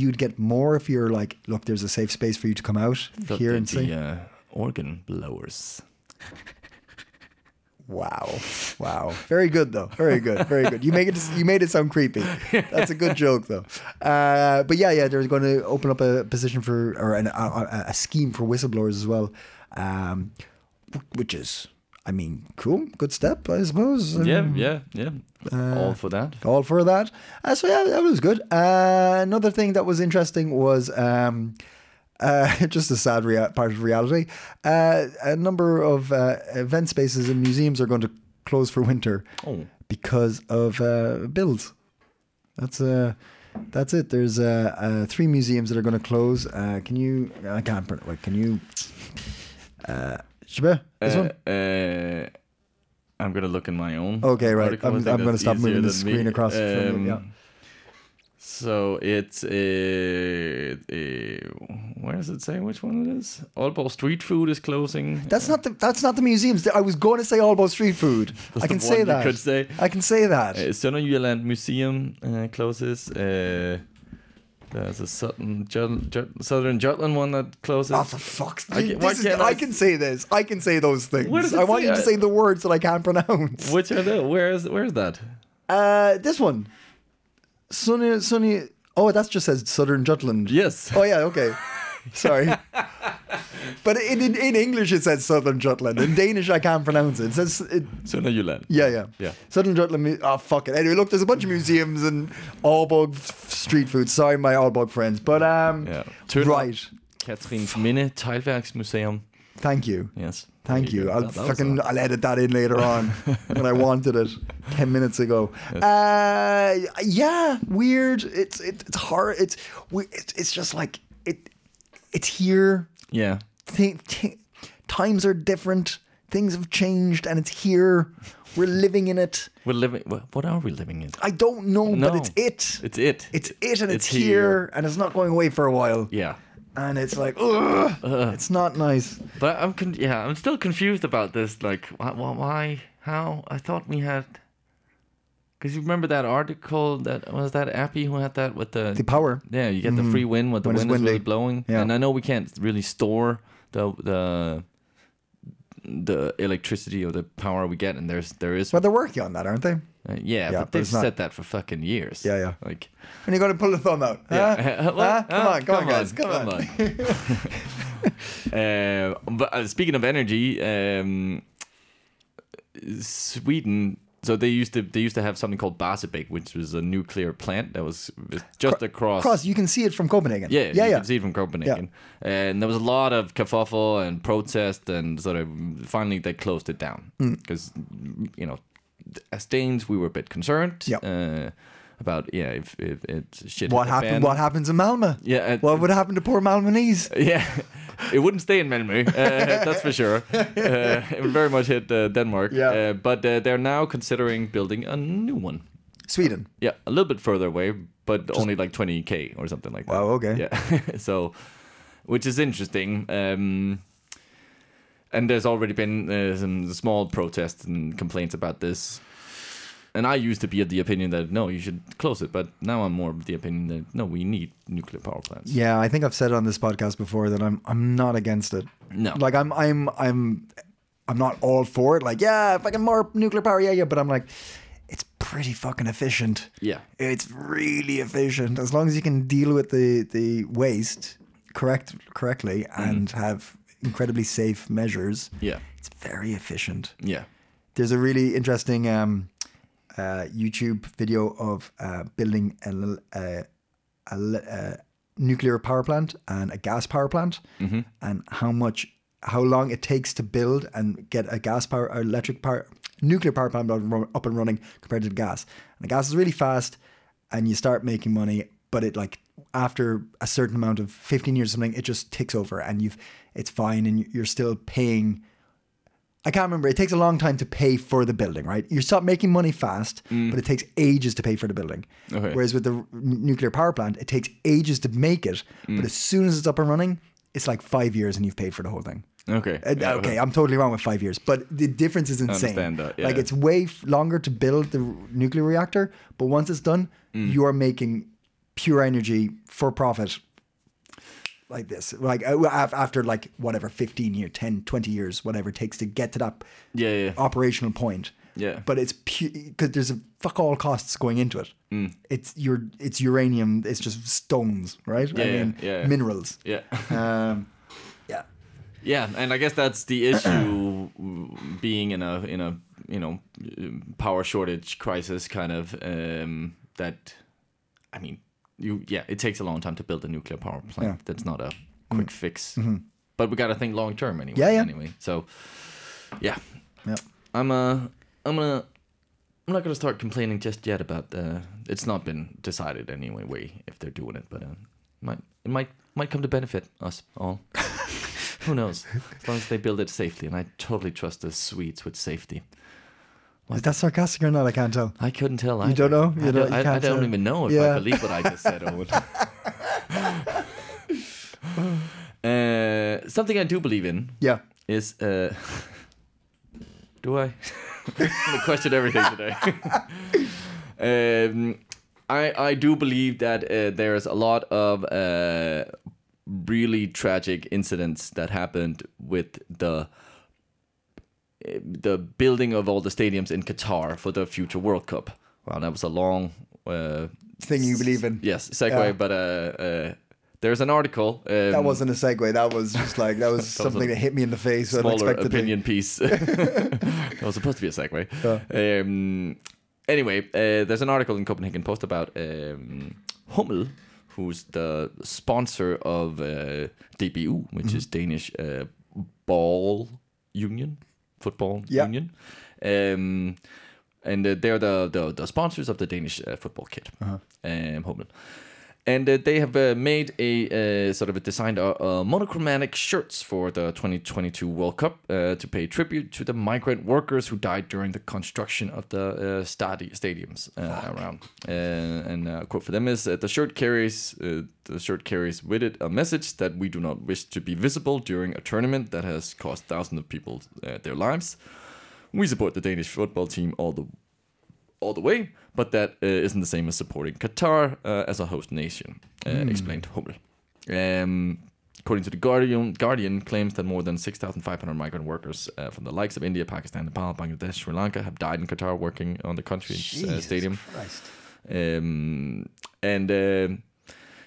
Speaker 2: you'd get more if you're like, look, there's a safe space for you to come out
Speaker 1: Thought
Speaker 2: here
Speaker 1: they'd
Speaker 2: and say,
Speaker 1: be, uh, organ blowers.
Speaker 2: Wow. Wow. Very good though. Very good. Very good. You make it you made it sound creepy. That's a good joke though. Uh, but yeah, yeah, they're going to open up a position for or an, a- a, a scheme for whistleblowers as well. Um, which is I mean, cool. Good step, I suppose.
Speaker 1: Yeah, yeah, yeah.
Speaker 2: uh,
Speaker 1: All for that.
Speaker 2: All for that. Uh, so yeah, that was good. Uh, another thing that was interesting was um, uh, just a sad rea- part of reality. Uh, a number of uh, event spaces and museums are going to close for winter
Speaker 1: Oh.
Speaker 2: because of uh, bills. That's uh, that's it. There's uh, uh, three museums that are going to close. Uh, can you? I can't. print- Wait, can you? Uh, Shabir, this
Speaker 1: Uh,
Speaker 2: one.
Speaker 1: uh, I'm gonna look in my own.
Speaker 2: Okay, right.
Speaker 1: article. I
Speaker 2: I'm-
Speaker 1: think
Speaker 2: I'm gonna
Speaker 1: that's
Speaker 2: stop moving
Speaker 1: easier
Speaker 2: the
Speaker 1: than me. Um,
Speaker 2: screen across from you, yeah.
Speaker 1: So it's uh, uh, where does it say which one it is? Aalborg Street Food is closing.
Speaker 2: That's not the that's not the museums. I was going to say all about street food.
Speaker 1: the
Speaker 2: I can
Speaker 1: one
Speaker 2: say
Speaker 1: you
Speaker 2: that.
Speaker 1: could say.
Speaker 2: I can say that.
Speaker 1: Uh, Sønderjylland Museum uh, closes. Uh, there's a Southern, Jut- Jut- Southern Jutland one that closes.
Speaker 2: Oh, for fuck's
Speaker 1: I
Speaker 2: sake.
Speaker 1: can- why
Speaker 2: This is-
Speaker 1: can't
Speaker 2: I
Speaker 1: I-
Speaker 2: can say this. I can say those
Speaker 1: What does
Speaker 2: things.
Speaker 1: it
Speaker 2: I want
Speaker 1: say?
Speaker 2: you to
Speaker 1: I-
Speaker 2: say the words that I can't pronounce.
Speaker 1: Which are the? Where is where is that?
Speaker 2: Uh, this one. Sunny, Sunny. Oh, that just says Southern Jutland.
Speaker 1: Yes.
Speaker 2: Oh, yeah, okay. Sorry. But in, in, in English, it says Southern Jutland. In Danish, I can't pronounce it. It says. It,
Speaker 1: Sønderjylland.
Speaker 2: yeah, yeah.
Speaker 1: Yeah.
Speaker 2: Southern Jutland. mu- Oh, fuck it. Anyway, look, there's a bunch of museums and Aalborg f- street food. Sorry, my Aalborg friends. But, um,
Speaker 1: Yeah.
Speaker 2: right.
Speaker 1: Katrins Minde Teglværksmuseum.
Speaker 2: Thank you.
Speaker 1: Yes.
Speaker 2: Thank you.
Speaker 1: go.
Speaker 2: I'll
Speaker 1: That- that was
Speaker 2: fucking
Speaker 1: a-
Speaker 2: I'll edit that in later on when I wanted it ten minutes ago. Uh, yeah, weird. It's it, it's hard. It's we. It's, it's just like it. It's here.
Speaker 1: Yeah.
Speaker 2: Thi- thi- times are different. Things have changed, and it's here. We're living in it.
Speaker 1: We're living. wha- What are we living in?
Speaker 2: I don't know,
Speaker 1: No.
Speaker 2: but it's it.
Speaker 1: It's it.
Speaker 2: It's it, and it's, here. and it's not going away for a while.
Speaker 1: Yeah.
Speaker 2: And it's like, ugh, it's not nice.
Speaker 1: But I'm con- yeah, I'm still confused about this. Like, why, why how? I thought we had. Because you remember that article that was that Appy who had that with the,
Speaker 2: The power.
Speaker 1: yeah, you get the free wind when the
Speaker 2: When it's
Speaker 1: wind is really
Speaker 2: windy.
Speaker 1: blowing.
Speaker 2: Yeah.
Speaker 1: And I know we can't really store the the the electricity or the power we get, and there's there is
Speaker 2: But they're working on that, aren't they?
Speaker 1: Uh, yeah, but
Speaker 2: but
Speaker 1: they've
Speaker 2: it's not-
Speaker 1: said that for fucking years.
Speaker 2: Yeah, yeah.
Speaker 1: Like,
Speaker 2: And you're going to pull the thumb out.
Speaker 1: yeah.
Speaker 2: Huh?
Speaker 1: What?
Speaker 2: Huh? Come
Speaker 1: Huh?
Speaker 2: on, come, on, guys. Come, on.
Speaker 1: on. Uh, but uh, speaking of energy, um, Sweden. So they used to they used to have something called Barsebäck, which was a nuclear plant that was just across.
Speaker 2: Cross, you can see it from Copenhagen.
Speaker 1: yeah,
Speaker 2: yeah,
Speaker 1: you
Speaker 2: yeah.
Speaker 1: can see it from Copenhagen, and there was a lot of kerfuffle and protest, and sort of finally they closed it down
Speaker 2: Mm.
Speaker 1: because you know, as Danes we were a bit concerned
Speaker 2: Yeah.
Speaker 1: uh, about yeah if, if it shit hit
Speaker 2: What
Speaker 1: the
Speaker 2: happened?
Speaker 1: fan.
Speaker 2: What happens in Malmo?
Speaker 1: Yeah, it-
Speaker 2: What would happen to poor Malmonese?
Speaker 1: Yeah, it wouldn't stay in Malmö, uh, that's for sure. Uh, it would very much hit uh, Denmark.
Speaker 2: Yeah.
Speaker 1: Uh, but uh, they're now considering building a new one.
Speaker 2: Sweden.
Speaker 1: Yeah, a little bit further away, but only like 20k or something like that.
Speaker 2: Wow, okay.
Speaker 1: Yeah, so, which is interesting. Um, and there's already been uh, some small protests and complaints about this. And I used to be of the opinion that no, you should close it, but now I'm more of the opinion that no, we need nuclear power plants.
Speaker 2: Yeah, I think I've said on this podcast before that I'm I'm not against it.
Speaker 1: No.
Speaker 2: Like I'm I'm I'm I'm not all for it. Like, yeah, fucking more nuclear power, yeah, yeah. But I'm like, it's pretty fucking efficient.
Speaker 1: Yeah.
Speaker 2: It's really efficient. As long as you can deal with the, the waste correct correctly and have incredibly safe measures.
Speaker 1: Mm-hmm. Yeah.
Speaker 2: It's very efficient.
Speaker 1: Yeah.
Speaker 2: There's a really interesting um, uh, YouTube video of uh, building a, l- a, a l- a nuclear power plant and a gas power plant, and how much, how long it takes to build and get a gas power, or electric power, nuclear power plant up and run- up and running compared to the gas. And the gas is really fast, and you start making money, but it like after a certain amount of 15 years or something, it just takes over, and you've it's fine, and you're still paying. I can't remember. It takes a long time to pay for the building, right? You start making money fast, but it takes ages to pay for the building.
Speaker 1: Okay.
Speaker 2: Whereas with the r- n- nuclear power plant, it takes ages to make it, but as soon as it's up and running, it's like five years and you've paid for the whole thing.
Speaker 1: Okay.
Speaker 2: Uh,
Speaker 1: Yeah,
Speaker 2: okay, I'm totally wrong with five years, but the difference is insane.
Speaker 1: understand that,
Speaker 2: Like
Speaker 1: yeah.
Speaker 2: it's way f- longer to build the r- nuclear reactor, but once it's done,
Speaker 1: Mm.
Speaker 2: you are making pure energy for profit. Like this, like uh, af- after like whatever 15 year, 10, 20 years, whatever it takes to get to that
Speaker 1: Yeah, yeah.
Speaker 2: Uh, operational point.
Speaker 1: Yeah.
Speaker 2: But it's because there's a fuck all costs going into it.
Speaker 1: Mm.
Speaker 2: It's your it's uranium. It's just stones, right? I
Speaker 1: Yeah, yeah,
Speaker 2: mean,
Speaker 1: yeah.
Speaker 2: minerals.
Speaker 1: yeah.
Speaker 2: Um, yeah.
Speaker 1: Yeah, and I guess that's the issue w- being in a in a you know um, power shortage crisis kind of um, that. I mean, you yeah, it takes a long time to build a nuclear power plant.
Speaker 2: Yeah. Mm.
Speaker 1: That's not a quick fix, but we got to think long term anyway.
Speaker 2: Yeah, yeah.
Speaker 1: Anyway, so yeah,
Speaker 2: Yeah.
Speaker 1: I'm uh I'm gonna. I'm not gonna start complaining just yet about the. It's not been decided anyway. Way if they're doing it, but uh, might it might might come to benefit us all. Who knows? As long as they build it safely, and I totally trust the Swedes with safety.
Speaker 2: Is that sarcastic or not? I can't tell.
Speaker 1: I couldn't tell.
Speaker 2: You don't
Speaker 1: either.
Speaker 2: know? You
Speaker 1: I
Speaker 2: don't-
Speaker 1: don't,
Speaker 2: you
Speaker 1: I, I
Speaker 2: can't
Speaker 1: don't
Speaker 2: tell.
Speaker 1: even know if
Speaker 2: Yeah.
Speaker 1: I believe what I just said, Owen. uh, something I do believe in
Speaker 2: Yeah.
Speaker 1: is uh, do I? I'm gonna question everything today. um, I I do believe that uh, there's a lot of uh, really tragic incidents that happened with the uh, the building of all the stadiums in Qatar for the future World Cup. Wow, that was a long uh,
Speaker 2: Thing you believe in.
Speaker 1: yes segue,
Speaker 2: Yeah.
Speaker 1: but uh, uh, there's an article. Um,
Speaker 2: That wasn't a segue. That was just like that was
Speaker 1: was
Speaker 2: something
Speaker 1: a
Speaker 2: that hit me in the face
Speaker 1: smaller
Speaker 2: unexpectedly.
Speaker 1: opinion piece. that was supposed to be a segue. Um, anyway, uh, there's an article in Copenhagen Post about um, Hummel, who's the sponsor of uh, DBU, which is Danish uh, Ball Union, Football
Speaker 2: Yeah.
Speaker 1: Union. Um, and uh, they're the, the the sponsors of the Danish uh, football kit, um, Hummel. And uh, they have uh, made a uh, sort of a designed uh, uh, monochromatic shirts for the 2022 World Cup uh, to pay tribute to the migrant workers who died during the construction of the uh, stadi- stadiums uh, around. Uh, and uh, quote for them is uh, the shirt carries uh, the shirt carries with it a message that we do not wish to be visible during a tournament that has cost thousands of people uh, their lives. We support the Danish football team all the all the way, but that uh, isn't the same as supporting Qatar uh, as a host nation, uh, explained Hummel. Um, according to the Guardian, Guardian claims that more than 6,500 migrant workers uh, from the likes of India, Pakistan, Nepal, Bangladesh, Sri Lanka have died in Qatar working on the country's uh,
Speaker 2: Jesus
Speaker 1: stadium.
Speaker 2: Christ.
Speaker 1: Um, and um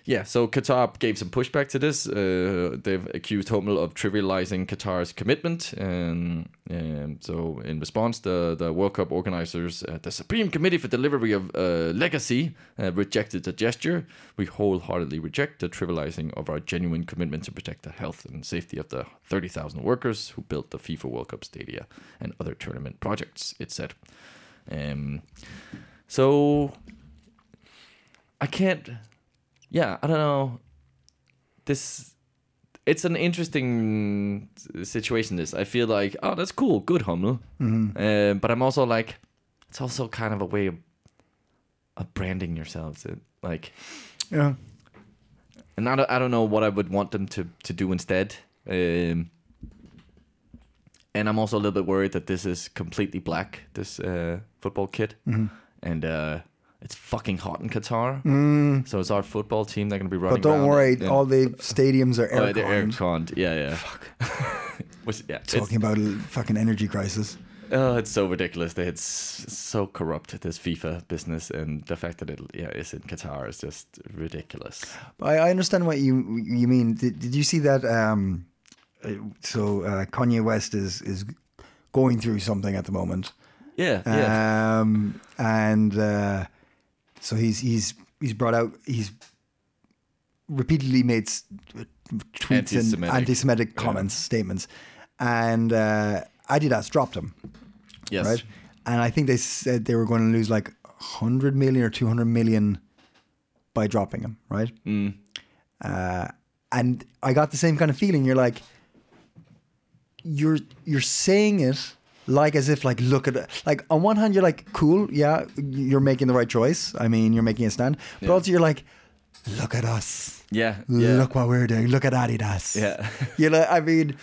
Speaker 1: yeah, so Qatar gave some pushback to this. Uh, they've accused Hummel of trivializing Qatar's commitment. And, um so, in response, the, the World Cup organizers, uh, the Supreme Committee for Delivery of uh, Legacy, uh, rejected the gesture. We wholeheartedly reject the trivializing of our genuine commitment to protect the health and safety of the 30,000 workers who built the FIFA World Cup stadia and other tournament projects, it said. Um, so I can't. Yeah, I don't know. This, it's an interesting s- situation. This I feel like, oh, that's cool, good Hummel. Uh, but I'm also like, it's also kind of a way of, of branding yourselves. It, like,
Speaker 2: Yeah.
Speaker 1: and I don't, I don't know what I would want them to to do instead. Um, and I'm also a little bit worried that this is completely black. This uh, football kit,
Speaker 2: mm-hmm.
Speaker 1: and uh, it's fucking hot in Qatar.
Speaker 2: Mm,
Speaker 1: So it's our football team. They're gonna be running.
Speaker 2: but don't
Speaker 1: around
Speaker 2: worry,
Speaker 1: and-
Speaker 2: all the stadiums are
Speaker 1: Oh,
Speaker 2: air
Speaker 1: they're air conned. Yeah, yeah. Which, yeah, it's,
Speaker 2: Talking about a fucking energy crisis.
Speaker 1: oh, it's so ridiculous. They it's so corrupt this FIFA business, and the fact that it yeah is in Qatar is just ridiculous.
Speaker 2: I, I understand what you you mean. Did, did you see that? Um, uh, so uh, Kanye West is is going through something at the moment,
Speaker 1: Yeah, yeah.
Speaker 2: Um, and uh, so he's he's he's brought out he's repeatedly made s- tweets
Speaker 1: Anti-Semitic.
Speaker 2: and anti-Semitic comments, statements, and uh, Adidas dropped him,
Speaker 1: yes.
Speaker 2: right? And I think they said they were going to lose like hundred million or two hundred million by dropping him, right?
Speaker 1: Mm.
Speaker 2: Uh, and I got the same kind of feeling. You're like, you're you're saying it like as if like look at it. like on one hand you're like cool yeah you're making the right choice i mean you're making a stand but
Speaker 1: Yeah.
Speaker 2: also you're like look at us
Speaker 1: Yeah, yeah.
Speaker 2: look what we're doing look at adidas
Speaker 1: Yeah.
Speaker 2: you know i mean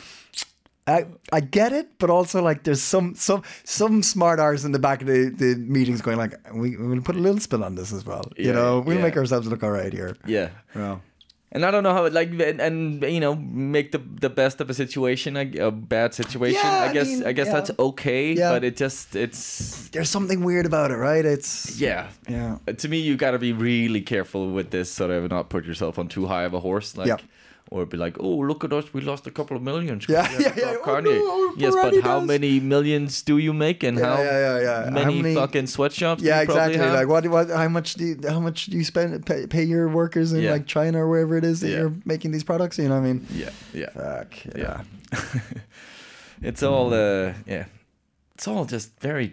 Speaker 2: I, I get it, but also like there's some some some smart arse in the back of the, the meetings going like we we'll put a little spin on this as well. you
Speaker 1: Yeah,
Speaker 2: know, we'll
Speaker 1: yeah.
Speaker 2: make ourselves look all right here.
Speaker 1: Yeah.
Speaker 2: Yeah.
Speaker 1: And I don't know how it like and, and you know make the the best of a situation, like, a bad situation.
Speaker 2: Yeah,
Speaker 1: I
Speaker 2: I
Speaker 1: guess
Speaker 2: mean,
Speaker 1: I guess
Speaker 2: yeah.
Speaker 1: that's okay,
Speaker 2: Yeah.
Speaker 1: but it just it's
Speaker 2: There's something weird about it, right? It's
Speaker 1: yeah.
Speaker 2: yeah.
Speaker 1: Uh, To me, you got to be really careful with this, sort of not put yourself on too high of a horse, like.
Speaker 2: Yeah.
Speaker 1: Or be like, oh, look at us! We lost a couple of millions. 'cause
Speaker 2: Yeah,
Speaker 1: we had to
Speaker 2: yeah, yeah.
Speaker 1: drop
Speaker 2: Oh,
Speaker 1: Kanye."
Speaker 2: no, oh,
Speaker 1: yes,
Speaker 2: poor
Speaker 1: but how
Speaker 2: Adidas.
Speaker 1: many millions do you make, and how
Speaker 2: yeah, yeah, yeah. How
Speaker 1: Many,
Speaker 2: many-
Speaker 1: fucking sweatshops? do
Speaker 2: Yeah,
Speaker 1: you probably
Speaker 2: exactly.
Speaker 1: have?
Speaker 2: Like, what, what? How much do you, how much do you spend pay, pay your workers in
Speaker 1: Yeah.
Speaker 2: like China or wherever it is that
Speaker 1: Yeah.
Speaker 2: you're making these products? You know what I mean?
Speaker 1: yeah, yeah.
Speaker 2: Fuck yeah.
Speaker 1: yeah. it's all uh yeah. It's all just very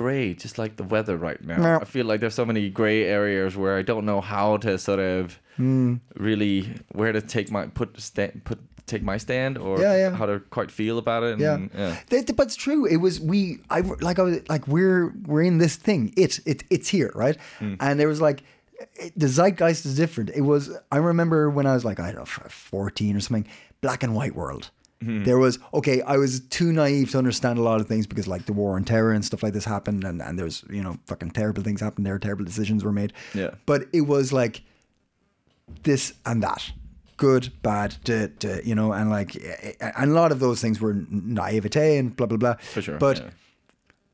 Speaker 1: gray, just like the weather right now.
Speaker 2: Yeah.
Speaker 1: I feel like there's so many gray areas where I don't know how to sort of
Speaker 2: Hmm.
Speaker 1: really where to take my put stand put take my stand or
Speaker 2: Yeah, yeah.
Speaker 1: how to quite feel about it. And,
Speaker 2: Yeah.
Speaker 1: yeah.
Speaker 2: That- but it's true. It was we. I like. I was like. We're we're in this thing. It it it's here, right? And there was like, it, the zeitgeist is different. It was. I remember when I was like I don't know fourteen or something. Black and white world. There was okay. I was too naive to understand a lot of things because like the war on terror and stuff like this happened, and and there's you know fucking terrible things happened there. Terrible decisions were made.
Speaker 1: Yeah.
Speaker 2: But it was like this and that good bad duh, duh, you know and like eh, eh, and a lot of those things were naivete and blah blah blah
Speaker 1: For sure.
Speaker 2: but
Speaker 1: yeah.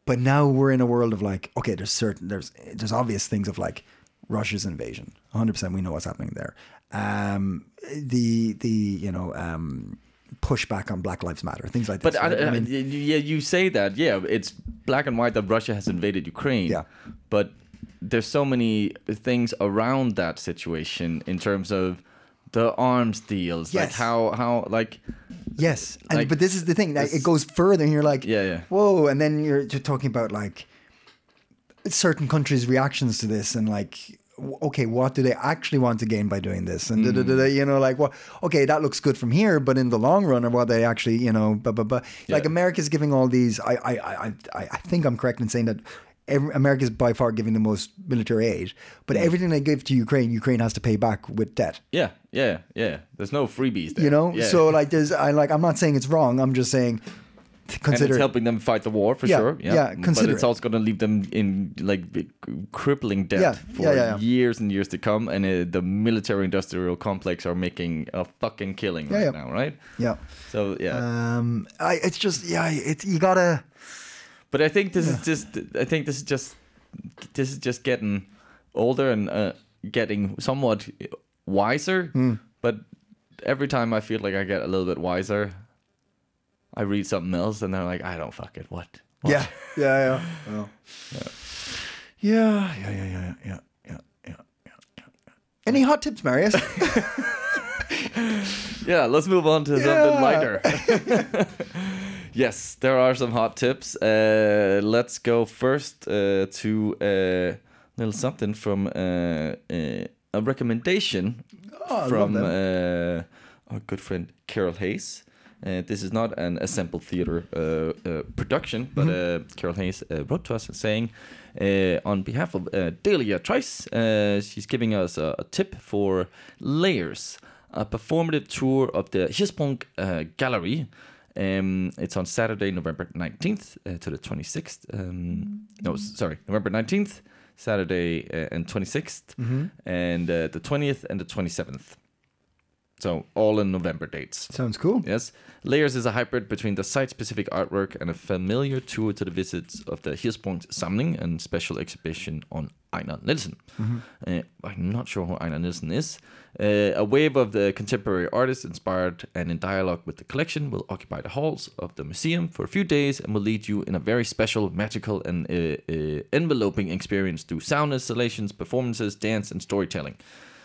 Speaker 2: but now we're in a world of like okay there's certain there's there's obvious things of like russia's invasion 100% we know what's happening there um the the you know um pushback on black lives matter things like
Speaker 1: But
Speaker 2: this
Speaker 1: I,
Speaker 2: right?
Speaker 1: I mean, yeah, you say that. Yeah, it's black and white that Russia has invaded Ukraine.
Speaker 2: Yeah.
Speaker 1: But there's so many things around that situation in terms of the arms deals, like
Speaker 2: Yes.
Speaker 1: how how like
Speaker 2: Yes, and,
Speaker 1: Like,
Speaker 2: but this is the thing. Like,
Speaker 1: this-
Speaker 2: it goes further, and you're like,
Speaker 1: Yeah, yeah.
Speaker 2: whoa, and then you're just talking about like certain countries' reactions to this, and like, w- okay, what do they actually want to gain by doing this? And da, da, da, da,
Speaker 1: Mm.
Speaker 2: you know, like, what? okay, that looks good from here, but in the long run, or what they actually, you know, blah blah blah. Like
Speaker 1: Yeah.
Speaker 2: America's giving all these. I I I I I think I'm correct in saying that. Every, America's by far giving the most military aid, but everything they give to Ukraine, Ukraine has to pay back with debt
Speaker 1: yeah, yeah, yeah. There's no freebies there.
Speaker 2: you know
Speaker 1: Yeah.
Speaker 2: so like there's i like i'm not saying it's wrong i'm just saying t-
Speaker 1: and it's
Speaker 2: consider
Speaker 1: helping them fight the war for
Speaker 2: Yeah,
Speaker 1: sure. Yeah,
Speaker 2: yeah,
Speaker 1: But
Speaker 2: consider
Speaker 1: it's
Speaker 2: it.
Speaker 1: also going to leave them in like big, crippling debt
Speaker 2: Yeah,
Speaker 1: for
Speaker 2: yeah, yeah, yeah.
Speaker 1: years and years to come. And uh, the military-industrial complex are making a fucking killing right
Speaker 2: yeah.
Speaker 1: now, right?
Speaker 2: yeah
Speaker 1: So yeah.
Speaker 2: um i it's just yeah it's you gotta
Speaker 1: But I think this is just. I think this is just. This is just getting older and uh, getting somewhat wiser. But every time I feel like I get a little bit wiser, I read something else and they're like, I don't fuck it. What? What?"
Speaker 2: yeah yeah yeah well, yeah yeah yeah yeah yeah yeah yeah yeah. any hot tips marius Oh,
Speaker 1: Yeah. Let's move on to something
Speaker 2: Yeah.
Speaker 1: lighter. yes, there are some hot tips. Uh, let's go first uh, to a little something from uh, uh, a recommendation
Speaker 2: Oh, I love
Speaker 1: from
Speaker 2: them.
Speaker 1: uh, our good friend Carol Hayes. Uh, this is not an assembled theater uh, uh, production, but
Speaker 2: Mm-hmm.
Speaker 1: uh, Carol Hayes uh, wrote to us saying, uh, on behalf of uh, Delia Trice, uh, she's giving us a, a tip for Layers, a performative tour of the Hispunk uh, Gallery. Um, it's on Saturday, November 19th uh, to the 26th. Um, no,
Speaker 2: Mm-hmm.
Speaker 1: s- sorry, November 19th,
Speaker 2: Mm-hmm.
Speaker 1: Saturday uh, and 26th, and uh, the 20th and the 27th. So all in November dates.
Speaker 2: Sounds cool.
Speaker 1: Yes. Layers is a hybrid between the site specific artwork and a familiar tour to the visits of the Hirspunkt Samling and special exhibition on Einar Nielsen. Uh, I'm not sure who Einar Nielsen is. Uh, a wave of the contemporary artists inspired and in dialogue with the collection will occupy the halls of the museum for a few days and will lead you in a very special, magical, and uh, uh, enveloping experience through sound installations, performances, dance, and storytelling.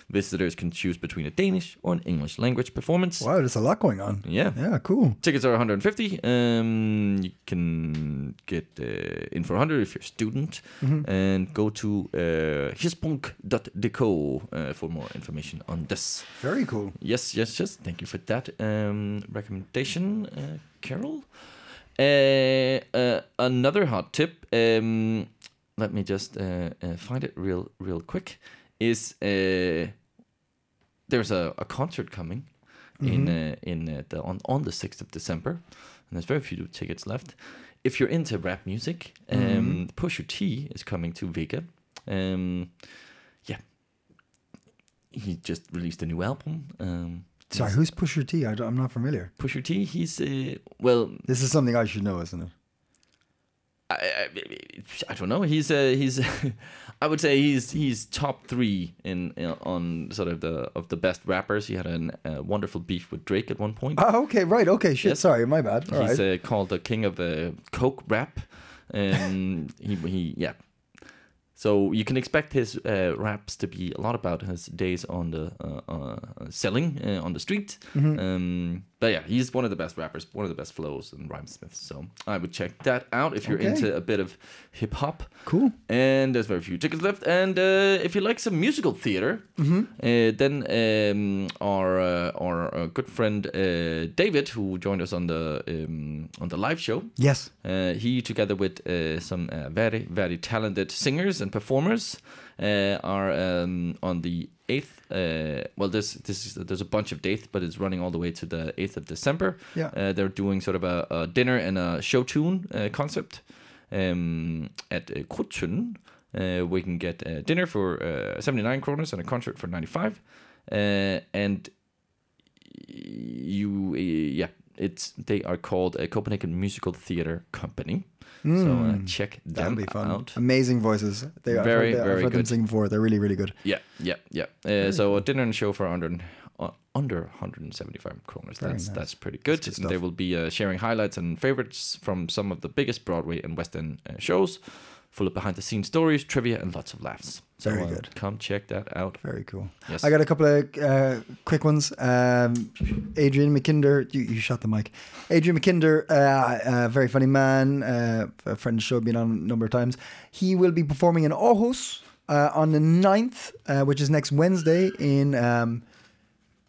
Speaker 1: Visitors can choose between a Danish or an English language performance.
Speaker 2: Wow, there's a lot going on.
Speaker 1: Yeah.
Speaker 2: Yeah, cool.
Speaker 1: Tickets are 150. Um, you can get uh, in for 100 if you're a student, and go to uh, hispunk.deco uh, for more information on this.
Speaker 2: Very cool.
Speaker 1: Yes, yes, yes. Thank you for that um, recommendation, uh, Carol. Uh, uh, another hot tip. Um, let me just uh, uh, find it real, real quick. Is uh, there's a, a concert coming in uh, in uh, the, on on the sixth of December, and there's very few tickets left. If you're into rap music, um, Pusha T is coming to Vega. Um, yeah, he just released a new album. Um,
Speaker 2: Sorry, who's Pusher T? I don't, I'm not familiar.
Speaker 1: Pusher T, he's uh, well,
Speaker 2: This is something I should know, isn't it?
Speaker 1: I, I, I don't know. He's uh, he's, I would say he's he's top three in, in on sort of the of the best rappers. He had a uh, wonderful beef with Drake at one point.
Speaker 2: Ah, okay, right. Okay, shit.
Speaker 1: Yes.
Speaker 2: Sorry, my bad. All
Speaker 1: he's
Speaker 2: right.
Speaker 1: uh, called the king of uh, coke rap. Um, he he yeah. So you can expect his uh, raps to be a lot about his days on the uh, uh, selling uh, on the street.
Speaker 2: Mm-hmm. uh,
Speaker 1: Um, but yeah, he's one of the best rappers, one of the best flows and rhymesmiths. So I would check that out if you're
Speaker 2: Okay.
Speaker 1: into a bit of hip hop.
Speaker 2: Cool.
Speaker 1: And there's very few tickets left. And uh, if you like some musical theater,
Speaker 2: mm-hmm.
Speaker 1: uh, then um, our uh, our uh, good friend uh, David, who joined us on the um, on the live show,
Speaker 2: Yes.
Speaker 1: uh, he, together with uh, some uh, very, very talented singers and performers, uh, are um, on the eighth. Uh, well, there's this is, there's a bunch of dates, but it's running all the way to the eighth of December.
Speaker 2: Yeah.
Speaker 1: uh, they're doing sort of a, a dinner and a show tune uh, concept um, at uh, Kutsun. Uh, we can get uh, dinner for uh, 79 kroners and a concert for 95. Uh, and you uh, yeah it's they are called a Copenhagen Musical Theater Company. So uh, check them
Speaker 2: Hmm. That'll be fun.
Speaker 1: out.
Speaker 2: Amazing voices. They are
Speaker 1: Very,
Speaker 2: I've heard,
Speaker 1: very
Speaker 2: I've heard them
Speaker 1: good.
Speaker 2: sing before. They're really, really good.
Speaker 1: Yeah, yeah, yeah. Uh, so a dinner and show for under uh, under 175 kroners. That's
Speaker 2: nice.
Speaker 1: that's pretty good.
Speaker 2: good
Speaker 1: and they
Speaker 2: stuff.
Speaker 1: will be uh, sharing highlights and favorites from some of the biggest Broadway and West End uh, shows, full of behind the scenes stories, trivia, and lots of laughs. So
Speaker 2: Very
Speaker 1: uh,
Speaker 2: good.
Speaker 1: Come check that out.
Speaker 2: Very cool.
Speaker 1: Yes.
Speaker 2: I got a couple of uh, quick ones. Um, Adrian McKinder, you, you shot the mic. Adrian McKinder, uh, a very funny man, uh, a friend of the show, been on a number of times. He will be performing in Aarhus uh, on the 9th, uh, which is next Wednesday in um,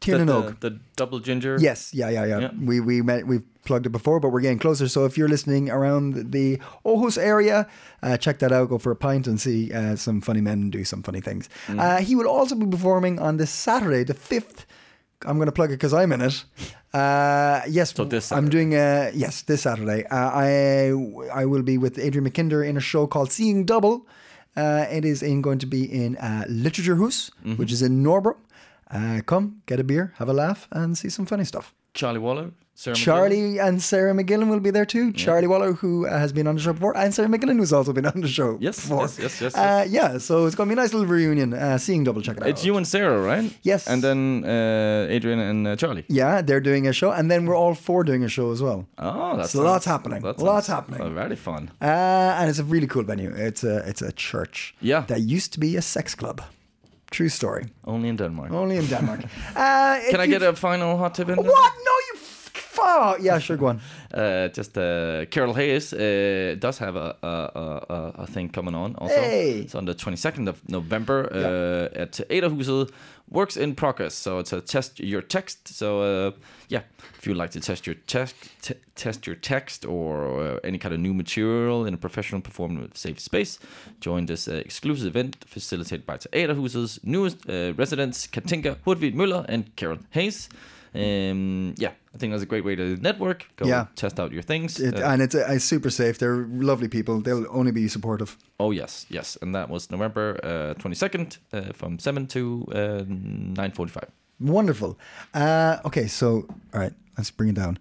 Speaker 1: the,
Speaker 2: Tiernanog.
Speaker 1: the, the double ginger.
Speaker 2: Yes, yeah, yeah, yeah.
Speaker 1: Yeah.
Speaker 2: We we met we've plugged it before, but we're getting closer. So if you're listening around the Aarhus area, uh, check that out. Go for a pint and see uh, some funny men do some funny things. Uh, he will also be performing on this Saturday, the fifth. I'm going to plug it because I'm in it. Uh, yes,
Speaker 1: So this
Speaker 2: I'm doing a yes this Saturday. Uh, I I will be with Adrian McKinder in a show called Seeing Double. Uh, it is in, going to be in uh, Literaturhus,
Speaker 1: Mm-hmm.
Speaker 2: which is in Norbro. Uh, come, get a beer, have a laugh, and see some funny stuff.
Speaker 1: Charlie Waller. Sarah McGill.
Speaker 2: Charlie and Sarah McGillan will be there too. Charlie Waller, who uh, has been on the show before, and Sarah McGillan, who's also been on the show
Speaker 1: Yes,
Speaker 2: before.
Speaker 1: yes, yes, yes,
Speaker 2: Uh, yeah, so it's going to be a nice little reunion. Uh, seeing double, check it out.
Speaker 1: It's you and Sarah, right?
Speaker 2: Yes.
Speaker 1: And then uh, Adrian and uh, Charlie.
Speaker 2: Yeah, they're doing a show, and then we're all four doing a show as well.
Speaker 1: Oh, that's
Speaker 2: So lots happening. Lots happening.
Speaker 1: Very fun.
Speaker 2: Uh, and it's a really cool venue. It's a it's a church.
Speaker 1: Yeah.
Speaker 2: That used to be a sex club. True story.
Speaker 1: Only in Denmark.
Speaker 2: Only in Denmark. uh, Oh, if
Speaker 1: Can I
Speaker 2: you-
Speaker 1: get a final hot tip in? there?
Speaker 2: What? No, you. F- fuck. Yeah, sure. Go on.
Speaker 1: Uh, just uh, Carol Hayes uh, does have a, a, a, a- a thing coming on also.
Speaker 2: Hey.
Speaker 1: It's on the 22nd of November uh, at Ederhuset. Works in progress. So it's a test your text. So uh, yeah, if you'd like to test your text, t- test your text or uh, any kind of new material in a professional performative safe space, join this uh, exclusive event facilitated by Ederhusets newest uh, residents, Katinka Hurtvig Müller and Carol Hayes. Um, yeah, I think that's a great way to network. Go
Speaker 2: Yeah.
Speaker 1: test out your things.
Speaker 2: It,
Speaker 1: Uh,
Speaker 2: and it's, uh, it's super safe. They're lovely people. They'll only be supportive.
Speaker 1: oh yes, yes, and that was November twenty second uh, from seven to uh, nine forty five.
Speaker 2: Wonderful. Uh, okay, so all right, let's bring it down.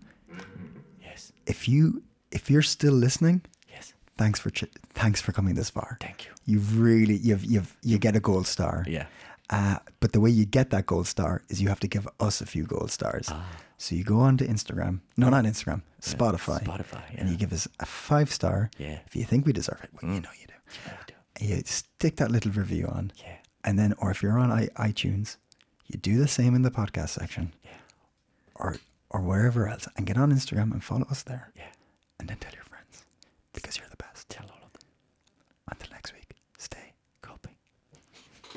Speaker 1: Yes.
Speaker 2: If you if you're still listening,
Speaker 1: Yes.
Speaker 2: thanks for ch- thanks for coming this far.
Speaker 1: Thank you.
Speaker 2: You've really you've you've you get a gold star.
Speaker 1: Yeah.
Speaker 2: Uh, but the way you get that gold star is you have to give us a few gold stars. So you go on to Instagram, no, not Instagram, Spotify,
Speaker 1: Spotify,
Speaker 2: and you
Speaker 1: yeah.
Speaker 2: give us a five star.
Speaker 1: Yeah.
Speaker 2: If you think we deserve it, well, you know you do. And you stick that little review on.
Speaker 1: Yeah.
Speaker 2: And then, or if you're on I- iTunes, you do the same in the podcast section.
Speaker 1: Yeah.
Speaker 2: Or or wherever else, and get on Instagram and follow us there.
Speaker 1: Yeah.
Speaker 2: And then tell your friends because you're the best.